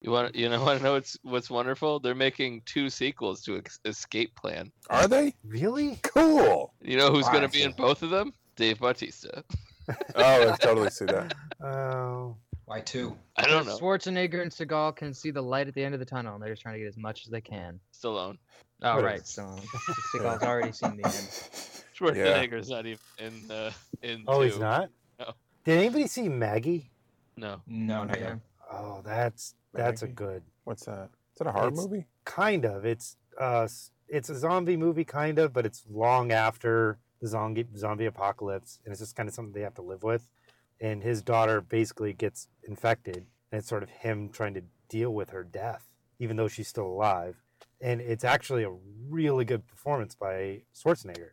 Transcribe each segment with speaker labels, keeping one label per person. Speaker 1: You want you know want to know what's what's wonderful? They're making two sequels to Ex- Escape Plan.
Speaker 2: Are they?
Speaker 3: Really?
Speaker 2: Cool.
Speaker 1: You know who's going to
Speaker 3: Awesome.
Speaker 1: be in both of them? Dave Bautista.
Speaker 2: Oh, I totally see that.
Speaker 3: Oh,
Speaker 4: Why two?
Speaker 1: I don't know.
Speaker 5: Schwarzenegger and Seagal can see the light at the end of the tunnel, and they're just trying to get as much as they can.
Speaker 1: Stallone.
Speaker 5: Oh,
Speaker 2: Right.
Speaker 5: right. So Seagal's already seen the end.
Speaker 1: Schwarzenegger's not even in the in.
Speaker 3: oh, he's
Speaker 1: two.
Speaker 3: not.
Speaker 1: No.
Speaker 3: Did anybody see Maggie?
Speaker 1: No.
Speaker 4: No, not
Speaker 5: Yeah.
Speaker 4: yet.
Speaker 3: Oh, that's that's a
Speaker 2: Maggie?
Speaker 3: good
Speaker 2: What's that? Is that a horror
Speaker 3: It's-
Speaker 2: movie?
Speaker 3: kind of. It's uh, s- it's a zombie movie kind of, but it's long after the zombie zombie apocalypse, and it's just kind of something they have to live with. And his daughter basically gets infected, and it's sort of him trying to deal with her death, even though she's still alive. And it's actually a really good performance by Schwarzenegger.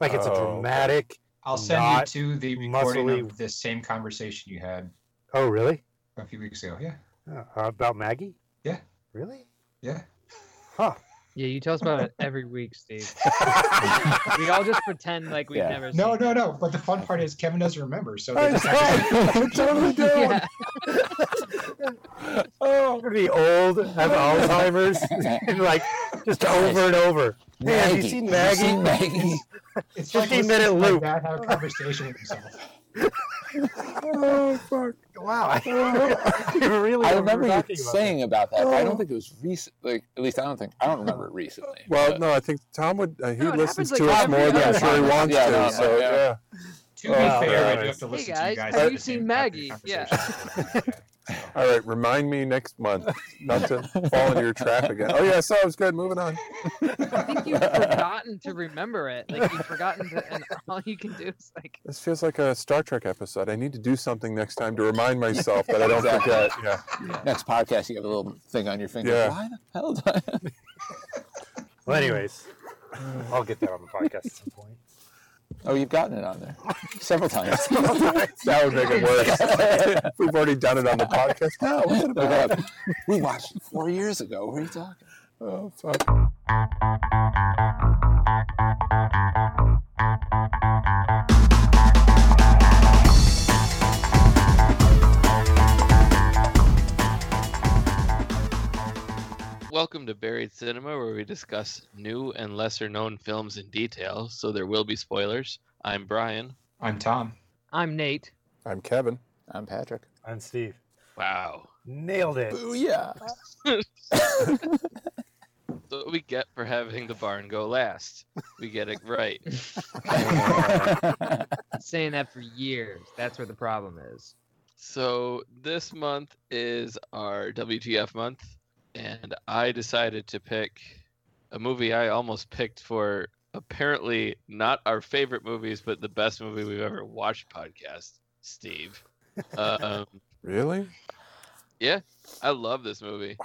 Speaker 3: Like it's
Speaker 2: Oh,
Speaker 3: a
Speaker 2: okay.
Speaker 3: dramatic.
Speaker 4: I'll send
Speaker 3: Not
Speaker 4: you to the recording
Speaker 3: muscly-
Speaker 4: of the same conversation you had
Speaker 3: Oh, really?
Speaker 4: a few weeks ago. Yeah,
Speaker 3: Uh, about Maggie?
Speaker 4: Yeah.
Speaker 3: Really?
Speaker 4: yeah.
Speaker 3: Huh.
Speaker 5: Yeah, you tell us about it every week, Steve. We all just pretend like we've
Speaker 6: Yeah.
Speaker 5: never seen
Speaker 4: No, no,
Speaker 5: it.
Speaker 4: no. But the fun part is Kevin doesn't remember, so they
Speaker 2: I
Speaker 4: just
Speaker 2: know, I totally do.
Speaker 5: Yeah.
Speaker 3: Oh, I'm gonna be old, have Alzheimer's, and like just over and over. Hey, have you seen
Speaker 6: Have you
Speaker 3: Maggie?
Speaker 6: seen Maggie?
Speaker 4: it's
Speaker 3: 15
Speaker 4: listening to
Speaker 3: minute
Speaker 4: my
Speaker 3: loop.
Speaker 4: dad have a conversation with himself.
Speaker 2: oh fuck!
Speaker 3: Wow, I really
Speaker 6: I remember you
Speaker 3: talking about
Speaker 6: saying about that. but I
Speaker 2: Oh.
Speaker 6: don't think it was recent. Like at least I don't think I don't remember it recently.
Speaker 2: Well,
Speaker 7: Uh,
Speaker 6: but-
Speaker 2: no, I think Tom would. Uh, he
Speaker 5: No, it
Speaker 2: listens
Speaker 5: happens, like,
Speaker 2: to us
Speaker 5: every
Speaker 2: more than I'm
Speaker 6: other
Speaker 2: sure he
Speaker 6: time.
Speaker 2: wants
Speaker 6: Yeah,
Speaker 2: to.
Speaker 6: no,
Speaker 2: so
Speaker 6: no,
Speaker 2: yeah.
Speaker 6: yeah.
Speaker 4: To be
Speaker 3: Wow.
Speaker 4: fair, I do
Speaker 3: Alright.
Speaker 4: have to listen
Speaker 5: guys,
Speaker 4: to you guys.
Speaker 5: have
Speaker 4: have
Speaker 5: you
Speaker 4: the same
Speaker 5: seen
Speaker 4: exact
Speaker 5: Maggie? Yeah.
Speaker 4: conversation.
Speaker 2: All right, remind me next month not to fall into your trap again. Oh yeah, I saw it was good. Moving on.
Speaker 5: I think you've forgotten to remember it. Like you've forgotten, to, and all you can do is like,
Speaker 2: This feels like a Star Trek episode. I need to do something next time to remind myself that I don't
Speaker 6: Exactly.
Speaker 2: forget. Yeah.
Speaker 6: Next podcast, you have a little thing on your finger.
Speaker 2: Yeah.
Speaker 6: Why the hell? Did I...
Speaker 3: Well, anyways, I'll get that on the podcast at some point.
Speaker 6: Oh, you've gotten it on there several times.
Speaker 2: That would make it worse. We've already done it on the podcast. No, what's it about?
Speaker 6: we watched it four years ago. What are you talking?
Speaker 2: Oh, fuck.
Speaker 1: Welcome to Buried Cinema, where we discuss new and lesser known films in detail, so there will be spoilers. I'm Brian.
Speaker 4: I'm Tom.
Speaker 5: "I'm Nate."
Speaker 2: I'm Kevin.
Speaker 6: I'm Patrick.
Speaker 3: I'm Steve.
Speaker 1: Wow.
Speaker 3: Nailed it.
Speaker 6: Boo yeah.
Speaker 1: So what we get for having the barn go last. We get it right.
Speaker 5: Been saying that for years. That's where the problem is.
Speaker 1: So this month is our WTF month, and I decided to pick a movie I almost picked for apparently not our favorite movies, but the best movie we've ever watched podcast, Steve. Um,
Speaker 2: Really?
Speaker 1: I love this movie.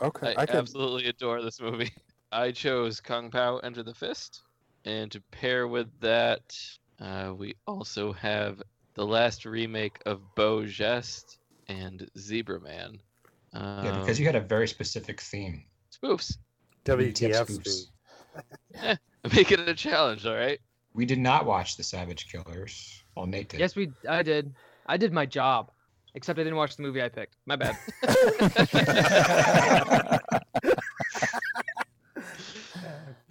Speaker 2: Okay.
Speaker 1: I,
Speaker 2: I, can.
Speaker 1: absolutely adore this movie. I chose Kung Pao Enter the Fist, and to pair with that, uh, we also have the last remake of Beau Jest and Zebra Man. Um,
Speaker 3: Oh.
Speaker 4: Yeah, because you had a very specific theme.
Speaker 1: spoofs.
Speaker 3: WTF?
Speaker 4: Oops.
Speaker 3: E Steve.
Speaker 1: Make it a challenge, all right?
Speaker 4: We did not watch The Savage Killers. Well, Nate did.
Speaker 5: Yes, we. I did. I did my job. Except I didn't watch the movie I picked. My bad.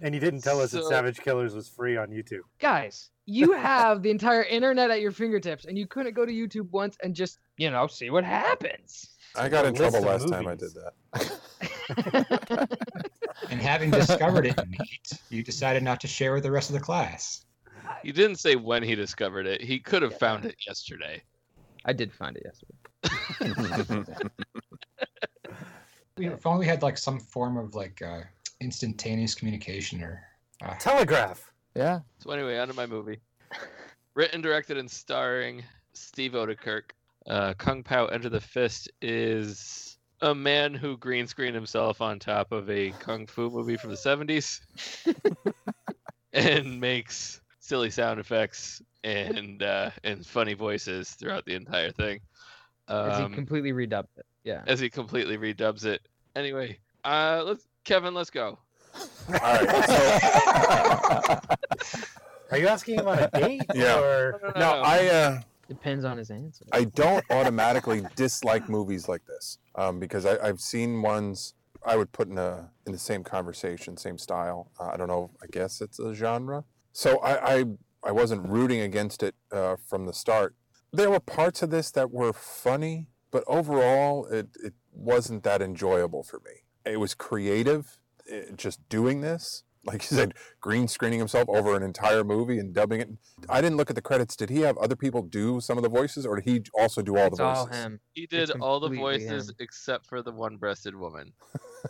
Speaker 3: And you didn't tell us that
Speaker 1: So-
Speaker 3: Savage Killers was free on YouTube.
Speaker 5: Guys, you have the entire internet at your fingertips, and you couldn't go to YouTube once and just, you know, see what happens.
Speaker 2: I got in
Speaker 3: List
Speaker 2: trouble
Speaker 3: of
Speaker 2: last time I did
Speaker 3: movies.
Speaker 2: that.
Speaker 4: And having discovered it, Nate, you decided not to share with the rest of the class.
Speaker 1: He didn't say when he discovered it. He could have found it yesterday.
Speaker 5: I did find it yesterday.
Speaker 4: We- If only we had like some form of like uh, instantaneous communication or. Uh,
Speaker 3: Telegraph.
Speaker 6: yeah.
Speaker 1: So anyway, onto my movie. Written, directed, and starring Steve Odekirk. Uh, Kung Pao Enter the Fist is a man who green screened himself on top of a kung fu movie from the 70s and makes silly sound effects and uh, and funny voices throughout the entire thing.
Speaker 5: As
Speaker 1: Um,
Speaker 5: he completely redubbed it. Yeah.
Speaker 1: as he completely redubs it. Anyway, uh, let's Kevin, let's go.
Speaker 2: All right. So
Speaker 3: Are you asking him on a date?
Speaker 2: Yeah.
Speaker 3: Or...
Speaker 1: No, no,
Speaker 2: now
Speaker 1: no.
Speaker 2: I uh,
Speaker 5: Depends on his answer.
Speaker 2: I don't automatically dislike movies like this um, because I, I've seen ones I would put in a in the same conversation, same style. Uh, I don't know. I guess it's a genre. So I I, I wasn't rooting against it uh, from the start. There were parts of this that were funny, but overall, it it wasn't that enjoyable for me. It was creative, it, just doing this. Like you said, green screening himself over an entire movie and dubbing it. I didn't look at the credits. Did he have other people do some of the voices, or did he also do all
Speaker 5: it's
Speaker 2: the voices?
Speaker 5: all him.
Speaker 1: He
Speaker 5: It's
Speaker 1: did all the
Speaker 5: completely
Speaker 1: voices
Speaker 5: him.
Speaker 1: except for the one-breasted woman.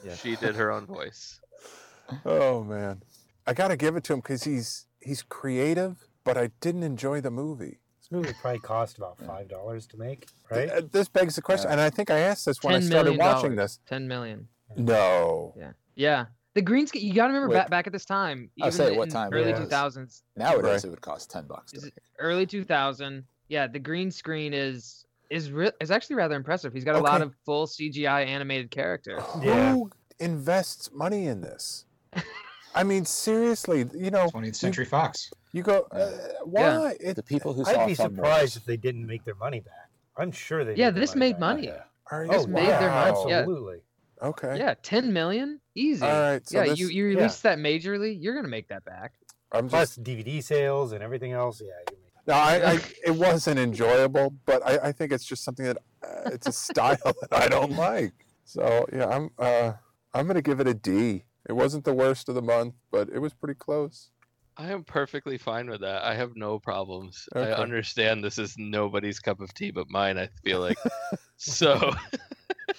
Speaker 3: Yeah.
Speaker 1: She did her own voice.
Speaker 2: Oh man, I gotta give it to him because he's he's creative, but I didn't enjoy the movie.
Speaker 3: This movie probably cost about
Speaker 6: Yeah.
Speaker 3: five dollars to make, right?
Speaker 2: Th- This begs the question,
Speaker 6: Yeah.
Speaker 2: and I think I asked this when I
Speaker 5: $10
Speaker 2: started
Speaker 5: million
Speaker 2: watching this.
Speaker 5: Ten million.
Speaker 2: No,
Speaker 5: Yeah. The green screen. You gotta remember
Speaker 2: Wait. Oh,
Speaker 5: back back at this time.
Speaker 6: I was
Speaker 5: even
Speaker 6: saying, what
Speaker 5: in
Speaker 6: time
Speaker 5: Early
Speaker 3: it was.
Speaker 5: two thousands.
Speaker 6: Nowadays,
Speaker 2: Right.
Speaker 6: it would cost ten bucks. to
Speaker 5: Is it-
Speaker 6: make.
Speaker 5: Early two thousand. Yeah, the green screen is is re- is actually rather impressive. He's got a lot
Speaker 2: Okay.
Speaker 5: of full CGI animated characters.
Speaker 3: Yeah.
Speaker 2: Who invests money in this? I mean, seriously, you
Speaker 3: Oh,
Speaker 2: know,
Speaker 4: 20th Century Fox.
Speaker 2: you go,
Speaker 6: Yeah.
Speaker 2: uh, why? It,
Speaker 6: The people who saw
Speaker 3: I'd be
Speaker 6: Thumb
Speaker 3: surprised
Speaker 6: Wars-
Speaker 3: if they didn't make their money back. I'm sure they.
Speaker 5: Yeah,
Speaker 3: their
Speaker 5: this made
Speaker 3: back.
Speaker 5: money.
Speaker 2: are you,
Speaker 3: Oh,
Speaker 5: made
Speaker 2: wow.
Speaker 5: their money, yeah.
Speaker 3: absolutely.
Speaker 2: Okay.
Speaker 5: Yeah, ten million, easy.
Speaker 2: All right. So
Speaker 5: yeah,
Speaker 2: this,
Speaker 5: you you
Speaker 3: yeah.
Speaker 5: release that majorly, you're gonna make that back.
Speaker 2: I'm just
Speaker 3: Plus DVD sales and everything else. Yeah, you make
Speaker 2: No, I, I it wasn't enjoyable, but I, I think it's just something that uh, it's a style that I don't like. So yeah, I'm uh, I'm gonna give it a D. It wasn't the worst of the month, but it was pretty close.
Speaker 1: I am perfectly fine with that. I have no problems.
Speaker 2: Okay.
Speaker 1: I understand this is nobody's cup of tea but mine, I feel like. so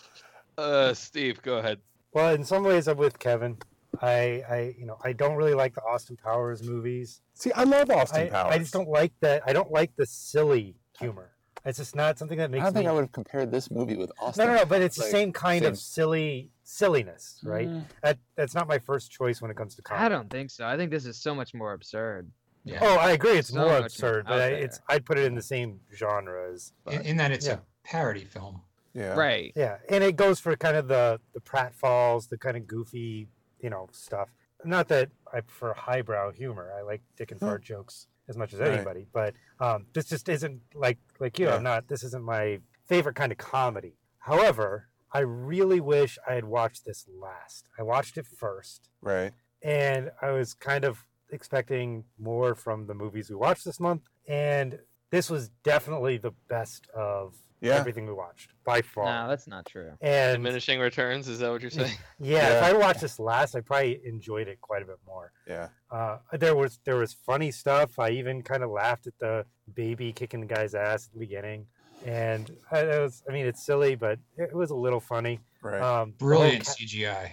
Speaker 1: uh Steve, go ahead.
Speaker 3: Well, in some ways, I'm with Kevin. I, I, you know, I don't really like the Austin Powers movies.
Speaker 2: See, I love Austin
Speaker 3: I,
Speaker 2: Powers.
Speaker 3: I just don't like that. I don't like the silly humor. It's just not something that
Speaker 6: I
Speaker 3: makes
Speaker 6: don't think
Speaker 3: me.
Speaker 6: I would have compared this movie with Austin.
Speaker 3: no, no, no. But it's
Speaker 6: like,
Speaker 3: the same kind of silly silliness, right?
Speaker 6: Mm.
Speaker 3: That that's not my first choice when it comes to comedy.
Speaker 5: I don't think so. I think this is so much more absurd.
Speaker 4: Yeah.
Speaker 3: Oh, I agree. It's
Speaker 5: So
Speaker 3: more
Speaker 5: much
Speaker 3: absurd,
Speaker 5: more
Speaker 3: but I,
Speaker 5: out
Speaker 3: it's I'd put it in the same genre as.
Speaker 4: in, in that it's
Speaker 3: yeah.
Speaker 4: a parody film.
Speaker 2: Yeah.
Speaker 5: Right.
Speaker 3: Yeah, and it goes for kind of the the pratfalls, the kind of goofy, you know, stuff. Not that I prefer highbrow humor. I like dick and fart jokes as much as
Speaker 2: Hmm. Right.
Speaker 3: anybody, but um, this just isn't like like you.
Speaker 2: Yeah.
Speaker 3: I'm not. This isn't my favorite kind of comedy. However, I really wish I had watched this last. I watched it first,
Speaker 2: Right.
Speaker 3: and I was kind of expecting more from the movies we watched this month, and this was definitely the best of
Speaker 2: Yeah.
Speaker 3: everything we watched by far.
Speaker 5: No, that's not true.
Speaker 3: and
Speaker 1: Diminishing returns, is that what you're saying?
Speaker 3: yeah, if
Speaker 2: Yeah.
Speaker 3: I watched this last, I probably enjoyed it quite a bit more.
Speaker 2: Yeah.
Speaker 3: Uh, there was there was funny stuff. I even kind of laughed at the baby kicking the guy's ass at the beginning, and I, it was. I mean, it's silly, but it, it was a little funny.
Speaker 2: Right.
Speaker 3: Um, the whole
Speaker 4: Brilliant
Speaker 3: ca-
Speaker 4: CGI.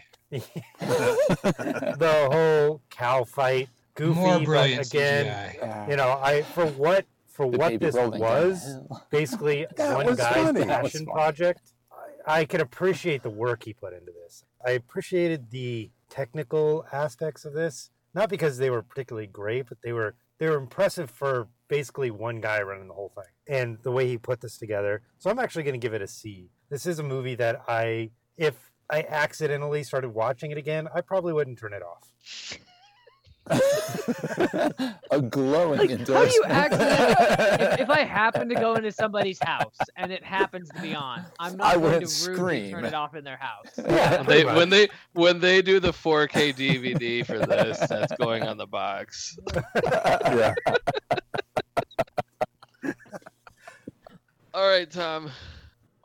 Speaker 3: the whole cow fight, goofy,
Speaker 4: More brilliant
Speaker 3: but again,
Speaker 4: CGI.
Speaker 3: you know, I for what for
Speaker 6: The
Speaker 3: what
Speaker 6: baby
Speaker 3: this
Speaker 6: rolling down the
Speaker 3: was,
Speaker 6: hill.
Speaker 3: basically
Speaker 2: That
Speaker 3: one
Speaker 2: was
Speaker 3: guy's
Speaker 2: funny.
Speaker 6: That was
Speaker 3: passion
Speaker 6: funny.
Speaker 3: project. I, I can appreciate the work he put into this. I appreciated the technical aspects of this, not because they were particularly great, but they were they were impressive for basically one guy running the whole thing and the way he put this together. So I'm actually going to give it a C. This is a movie that I if I accidentally started watching it again, I probably wouldn't turn it off.
Speaker 6: a glowing
Speaker 5: Like,
Speaker 6: endorsement.
Speaker 5: how do you accidentally- If, if I happen to go into somebody's house and it happens to be on, I'm not
Speaker 6: I
Speaker 5: going to
Speaker 6: wouldn't
Speaker 5: rudely
Speaker 6: scream.
Speaker 5: turn it off in their house.
Speaker 3: Yeah,
Speaker 1: they,
Speaker 3: pretty much.
Speaker 1: when they when they do the 4K DVD for this, that's going on the box.
Speaker 2: yeah.
Speaker 1: All right, Tom.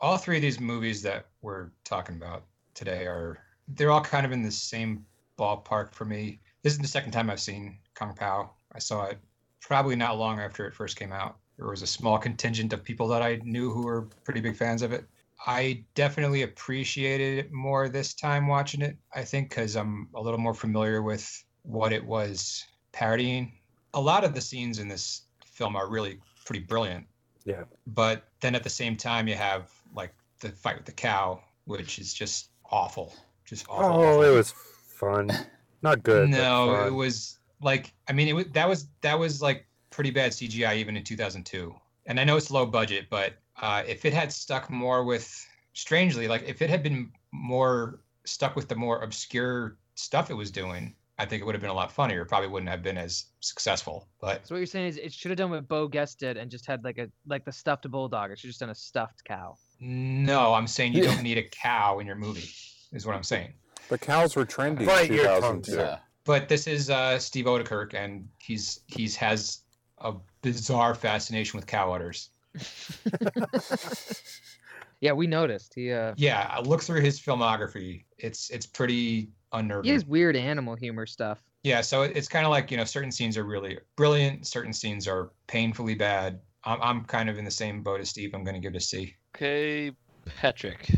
Speaker 4: all three of these movies that we're talking about today are they're all kind of in the same ballpark for me. This is the second time I've seen Kung Pao. I saw it probably not long after it first came out. There was a small contingent of people that I knew who were pretty big fans of it. I definitely appreciated it more this time watching it. I think because I'm a little more familiar with what it was parodying. A lot of the scenes in this film are really pretty brilliant but then at the same time you have like the fight with the cow which is just awful just awful
Speaker 3: Oh,
Speaker 4: awful.
Speaker 3: it was fun. Not good. but
Speaker 4: no it
Speaker 3: fun.
Speaker 4: was like i mean it was that was that was like pretty bad cgi even in 2002 and i know it's low budget but uh, if it had stuck more with strangely like if it had been more stuck with the more obscure stuff it was doing I think it would have been a lot funnier. It probably wouldn't have been as successful. But
Speaker 5: So what you're saying is it should have done what Bo Guest did and just had like a like the stuffed bulldog. It should have just done a stuffed cow.
Speaker 4: no, I'm saying you don't need a cow in your movie, is what I'm saying.
Speaker 2: But cows were trendy in
Speaker 3: Bite your tongue,
Speaker 2: 2002.
Speaker 6: Yeah.
Speaker 4: But this is uh, Steve Odekirk, and he's he's has a bizarre fascination with cow udders.
Speaker 5: Yeah, we noticed. He uh
Speaker 4: Yeah, I look through his filmography. It's it's pretty
Speaker 5: he
Speaker 4: unnerving.
Speaker 5: has weird animal humor stuff.
Speaker 4: Yeah, so it- it's kind of like you know, certain scenes are really brilliant, certain scenes are painfully bad. I'm I'm kind of in the same boat as Steve. I'm going to give it a C.
Speaker 1: Okay, Patrick.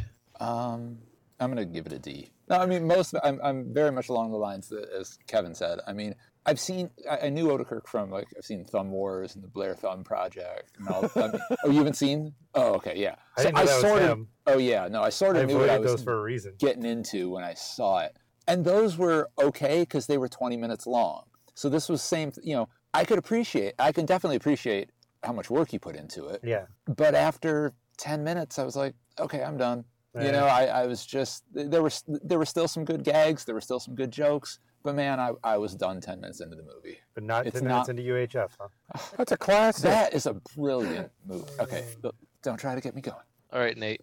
Speaker 6: Um, I'm gonna give it a D. No, I mean most. I'm, I'm very much along the lines that, as Kevin said. I mean, I've seen. I, I knew Odekirk from like I've seen Thumb Wars and the Blair Thumb Project. And all, I mean, oh, you haven't seen? Oh, okay, yeah.
Speaker 3: I didn't know that
Speaker 6: sort
Speaker 3: was
Speaker 6: of.
Speaker 3: him.
Speaker 6: Oh yeah, no, I sort
Speaker 3: I
Speaker 6: of knew what I
Speaker 3: avoided
Speaker 6: was
Speaker 3: those for a reason.
Speaker 6: getting into when I saw it. And those were okay because they were 20 minutes long. So this was same. You know, I could appreciate. I can definitely appreciate how much work he put into it.
Speaker 3: Yeah.
Speaker 6: But after 10 minutes, I was like, okay, I'm done. You
Speaker 3: Eh.
Speaker 6: know, I, I was just there were there were still some good gags, there were still some good jokes, but man, I, I was done ten minutes into the movie.
Speaker 3: but not
Speaker 6: it's
Speaker 3: ten minutes
Speaker 6: not-
Speaker 3: into UHF, huh?
Speaker 2: That's a classic.
Speaker 6: That is a brilliant movie. Okay, look, don't try to get me going.
Speaker 1: All right, Nate.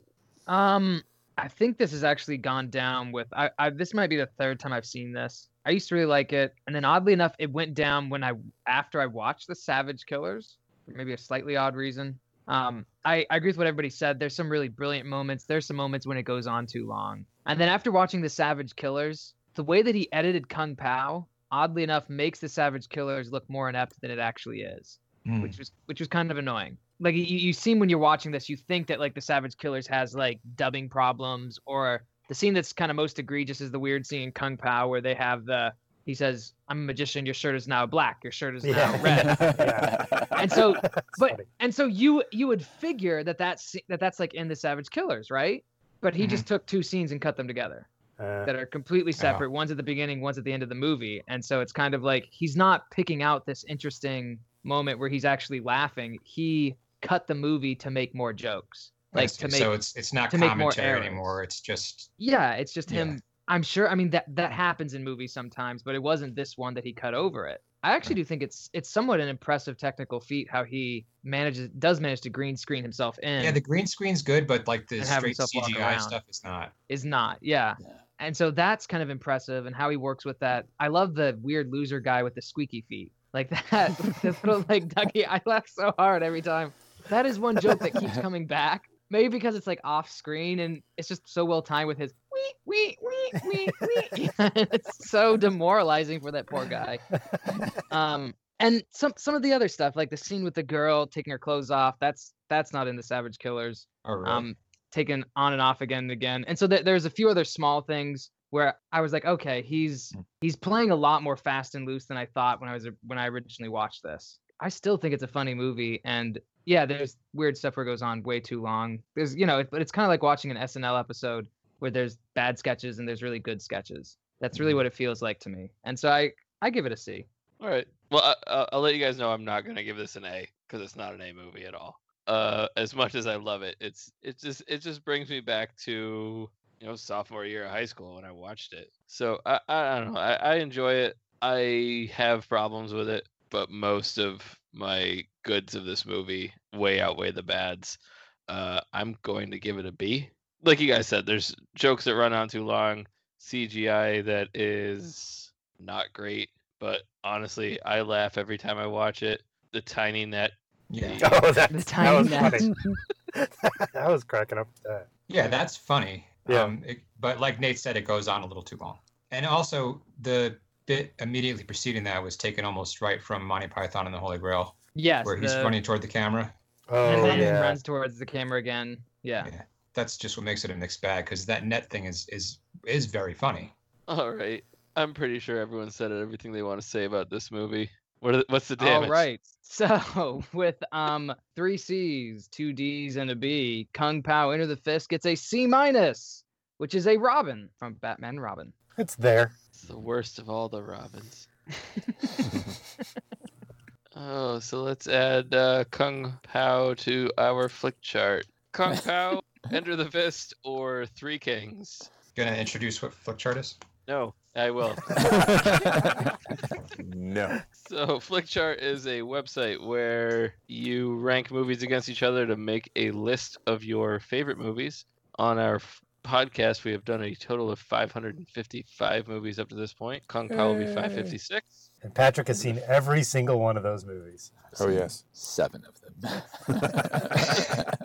Speaker 5: Um, I think this has actually gone down with. I, I this might be the third time I've seen this. I used to really like it, and then oddly enough, it went down when I after I watched the Savage Killers for maybe a slightly odd reason. Um, I, I agree with what everybody said. There's some really brilliant moments. There's some moments when it goes on too long. And then after watching the Savage Killers, the way that he edited Kung Pao, oddly enough, makes the Savage Killers look more inept than it actually is
Speaker 4: Hmm.
Speaker 5: which was which was kind of annoying. Like you, you seem when you're watching this, you think that like the Savage Killers has like dubbing problems, or the scene that's kind of most egregious is the weird scene in Kung Pao where they have the he says, "I'm a magician. Your shirt is now black. Your shirt is now
Speaker 3: Yeah.
Speaker 5: red." And so,
Speaker 3: That's
Speaker 5: but
Speaker 3: funny.
Speaker 5: and so you you would figure that that's that that's like in the Savage Killers, right? But
Speaker 3: Mm-hmm.
Speaker 5: he just took two scenes and cut them together
Speaker 3: Uh,
Speaker 5: that are completely
Speaker 4: Yeah.
Speaker 5: separate. One's at the beginning, one's at the end of the movie. And so it's kind of like he's not picking out this interesting moment where he's actually laughing. He cut the movie to make more jokes.
Speaker 4: I
Speaker 5: Like
Speaker 4: see.
Speaker 5: to make
Speaker 4: so it's it's not
Speaker 5: to make more
Speaker 4: commentary
Speaker 5: errors.
Speaker 4: anymore. It's just
Speaker 5: Yeah, it's just
Speaker 4: Yeah.
Speaker 5: him I'm sure I mean that that happens in movies sometimes, but it wasn't this one that he cut over it. I actually
Speaker 4: Hmm.
Speaker 5: do think it's it's somewhat an impressive technical feat how he manages does manage to green screen himself in
Speaker 4: yeah. The green screen's good, but like the
Speaker 5: And have
Speaker 4: straight
Speaker 5: himself walk
Speaker 4: CGI
Speaker 5: around.
Speaker 4: stuff is not.
Speaker 5: is not. Yeah.
Speaker 6: Yeah.
Speaker 5: And so that's kind of impressive and how he works with that. I love the weird loser guy with the squeaky feet. Like that, the little like Dougie. I laugh so hard every time. That is one joke that keeps coming back. Maybe because it's like off screen and it's just so well timed with his wee wee wee wee wee. it's so demoralizing for that poor guy. Um, and some some of the other stuff, like the scene with the girl taking her clothes off. That's that's not in the Savage Killers
Speaker 4: Oh, really?
Speaker 5: um, taken on and off again and again. And so th- there's a few other small things where I was like, okay, he's
Speaker 3: Hmm.
Speaker 4: Mm.
Speaker 5: he's playing a lot more fast and loose than I thought when I was when I originally watched this. I still think it's a funny movie, and yeah, there's weird stuff where it goes on way too long. There's you know, it, but it's kind of like watching an SNL episode where there's bad sketches and there's really good sketches. That's really
Speaker 3: Mm-hmm.
Speaker 4: Mhm.
Speaker 5: what it feels like to me. And so I I give it a C.
Speaker 1: All right. Well, I, I'll- I'll let you guys know I'm not gonna give this an A because it's not an A movie at all. Uh, as much as I love it, it's it just it just brings me back to you know sophomore year of high school when I watched it. So I I, I don't know. I, I enjoy it. I have problems with it, but most of my goods of this movie way outweigh the bads. Uh, I'm going to give it a B. Like you guys said, there's jokes that run on too long, CGI that is not great but honestly, I laugh every time I watch it. The tiny net.
Speaker 4: yeah,
Speaker 3: oh, that, that
Speaker 5: The
Speaker 3: was
Speaker 5: tiny net.
Speaker 3: funny. I was cracking up. At that.
Speaker 4: yeah, that's funny.
Speaker 3: Yeah.
Speaker 4: Um, it, but like Nate said, it goes on a little too long. And also the bit immediately preceding that was taken almost right from Monty Python and the Holy Grail,
Speaker 5: Yes,
Speaker 4: where he's
Speaker 5: the-
Speaker 4: running toward the camera.
Speaker 5: and
Speaker 3: Oh
Speaker 5: then
Speaker 3: yeah.
Speaker 5: runs towards the camera again. Yeah.
Speaker 4: That's just what makes it a mixed bag because that net thing is is is very funny.
Speaker 1: All right. I'm pretty sure everyone said everything they want to say about this movie. What are, the- what's the
Speaker 5: All
Speaker 1: damage?
Speaker 5: right. So with um three C's, two D's, and a B, Kung Pao Enter the Fist gets a C minus, which is a Robin from Batman and Robin.
Speaker 3: It's there.
Speaker 1: It's the worst of all the Robins. oh, so let's add uh, Kung Pao to our flick chart. Kung Pao, Enter the Fist, or Three Kings?
Speaker 4: Gonna introduce what flick chart is?
Speaker 1: No, I will.
Speaker 2: no.
Speaker 1: So Flickchart is a website where you rank movies against each other to make a list of your favorite movies. On our f- podcast, we have done a total of 555 movies up to this point. Kung Pao will be 556.
Speaker 3: And Patrick has seen every single one of those movies.
Speaker 2: Oh yes.
Speaker 6: Seven of them.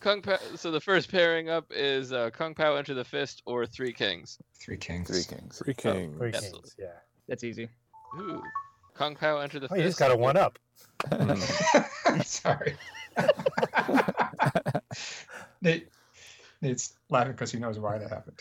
Speaker 1: Kung Pao. So the first pairing up is uh, Kung Pao Enter the Fist or Three Kings.
Speaker 4: Three Kings.
Speaker 6: Three Kings.
Speaker 2: Three kings.
Speaker 3: Three
Speaker 1: Absolutely.
Speaker 3: Kings, yeah.
Speaker 5: That's easy.
Speaker 1: Ooh. Kung Pao Enter the
Speaker 3: Oh,
Speaker 1: Fist.
Speaker 3: you just got a one up.
Speaker 2: Mm.
Speaker 4: Sorry. Nate, Nate's laughing because he knows why that happened.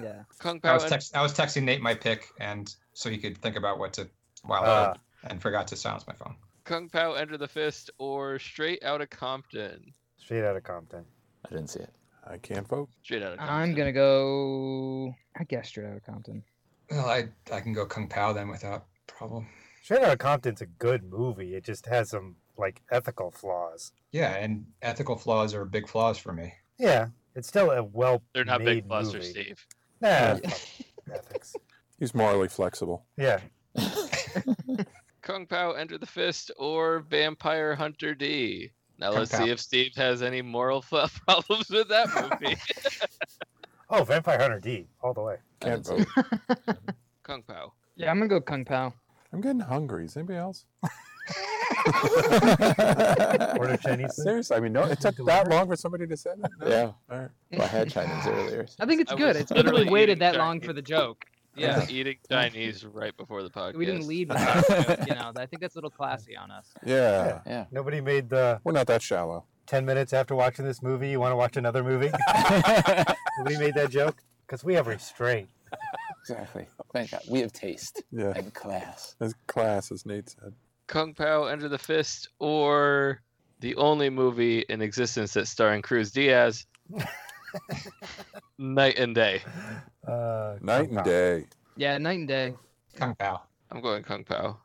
Speaker 5: Yeah.
Speaker 1: Kung
Speaker 4: I
Speaker 1: Pao.
Speaker 4: was
Speaker 1: Enter-
Speaker 4: text, I was texting Nate my pick, and so he could think about what to while
Speaker 3: Ah.
Speaker 4: out, and forgot to silence my phone.
Speaker 1: Kung Pao Enter the Fist or Straight Outta Compton.
Speaker 3: Straight out of Compton.
Speaker 6: I didn't see it.
Speaker 2: I can't vote.
Speaker 1: Straight Outta Compton.
Speaker 5: I'm gonna go. I guess straight out of Compton.
Speaker 4: Well, I I can go Kung Pao then without problem.
Speaker 3: Straight out of Compton's a good movie. It just has some like ethical flaws.
Speaker 4: Yeah, and ethical flaws are big flaws for me.
Speaker 3: Yeah, it's still a well.
Speaker 1: They're not
Speaker 3: made
Speaker 1: big buster,
Speaker 3: movie.
Speaker 1: Steve.
Speaker 3: Nah, fuck ethics.
Speaker 2: He's morally flexible.
Speaker 3: Yeah,
Speaker 1: Kung Pao Enter the Fist or Vampire Hunter D. Now
Speaker 4: Kung
Speaker 1: let's
Speaker 4: Pao.
Speaker 1: see if Steve has any moral f- problems with that movie.
Speaker 3: Oh, Vampire Hunter D, all the way.
Speaker 6: I
Speaker 2: Can't
Speaker 6: didn't see
Speaker 2: vote.
Speaker 6: it.
Speaker 1: Kung Pao.
Speaker 5: Yeah, I'm gonna go Kung Pao.
Speaker 2: I'm getting hungry. Is anybody else?
Speaker 3: Order Chinese food.
Speaker 2: Seriously, I mean, no, it took that long for somebody to say that. No.
Speaker 6: Yeah.
Speaker 2: All right.
Speaker 6: Well, I had Chinese earlier. so-
Speaker 5: I think it's
Speaker 1: I
Speaker 5: good.
Speaker 1: was
Speaker 5: It's good that we
Speaker 1: literally
Speaker 5: waited
Speaker 1: eating
Speaker 5: that long
Speaker 1: Chinese.
Speaker 5: for the joke.
Speaker 1: Yeah,
Speaker 6: Yeah.
Speaker 1: eating Chinese right before the podcast.
Speaker 5: We didn't lead with that. you know, I think that's a little classy on us.
Speaker 2: Yeah.
Speaker 6: Yeah.
Speaker 3: Nobody made the
Speaker 2: We're not that shallow.
Speaker 3: ten minutes after watching this movie. You want to watch another movie? Nobody made that joke because we have restraint.
Speaker 6: Exactly. Thank God. We have taste
Speaker 2: Yeah.
Speaker 6: and class.
Speaker 2: As class, as Nate said.
Speaker 1: Kung Pao Enter the Fist or the only movie in existence that's starring Cruz Diaz. Night and Day.
Speaker 3: Uh,
Speaker 2: Night and day.
Speaker 5: Yeah, night and day.
Speaker 4: Kung Pao.
Speaker 1: I'm going Kung Pao.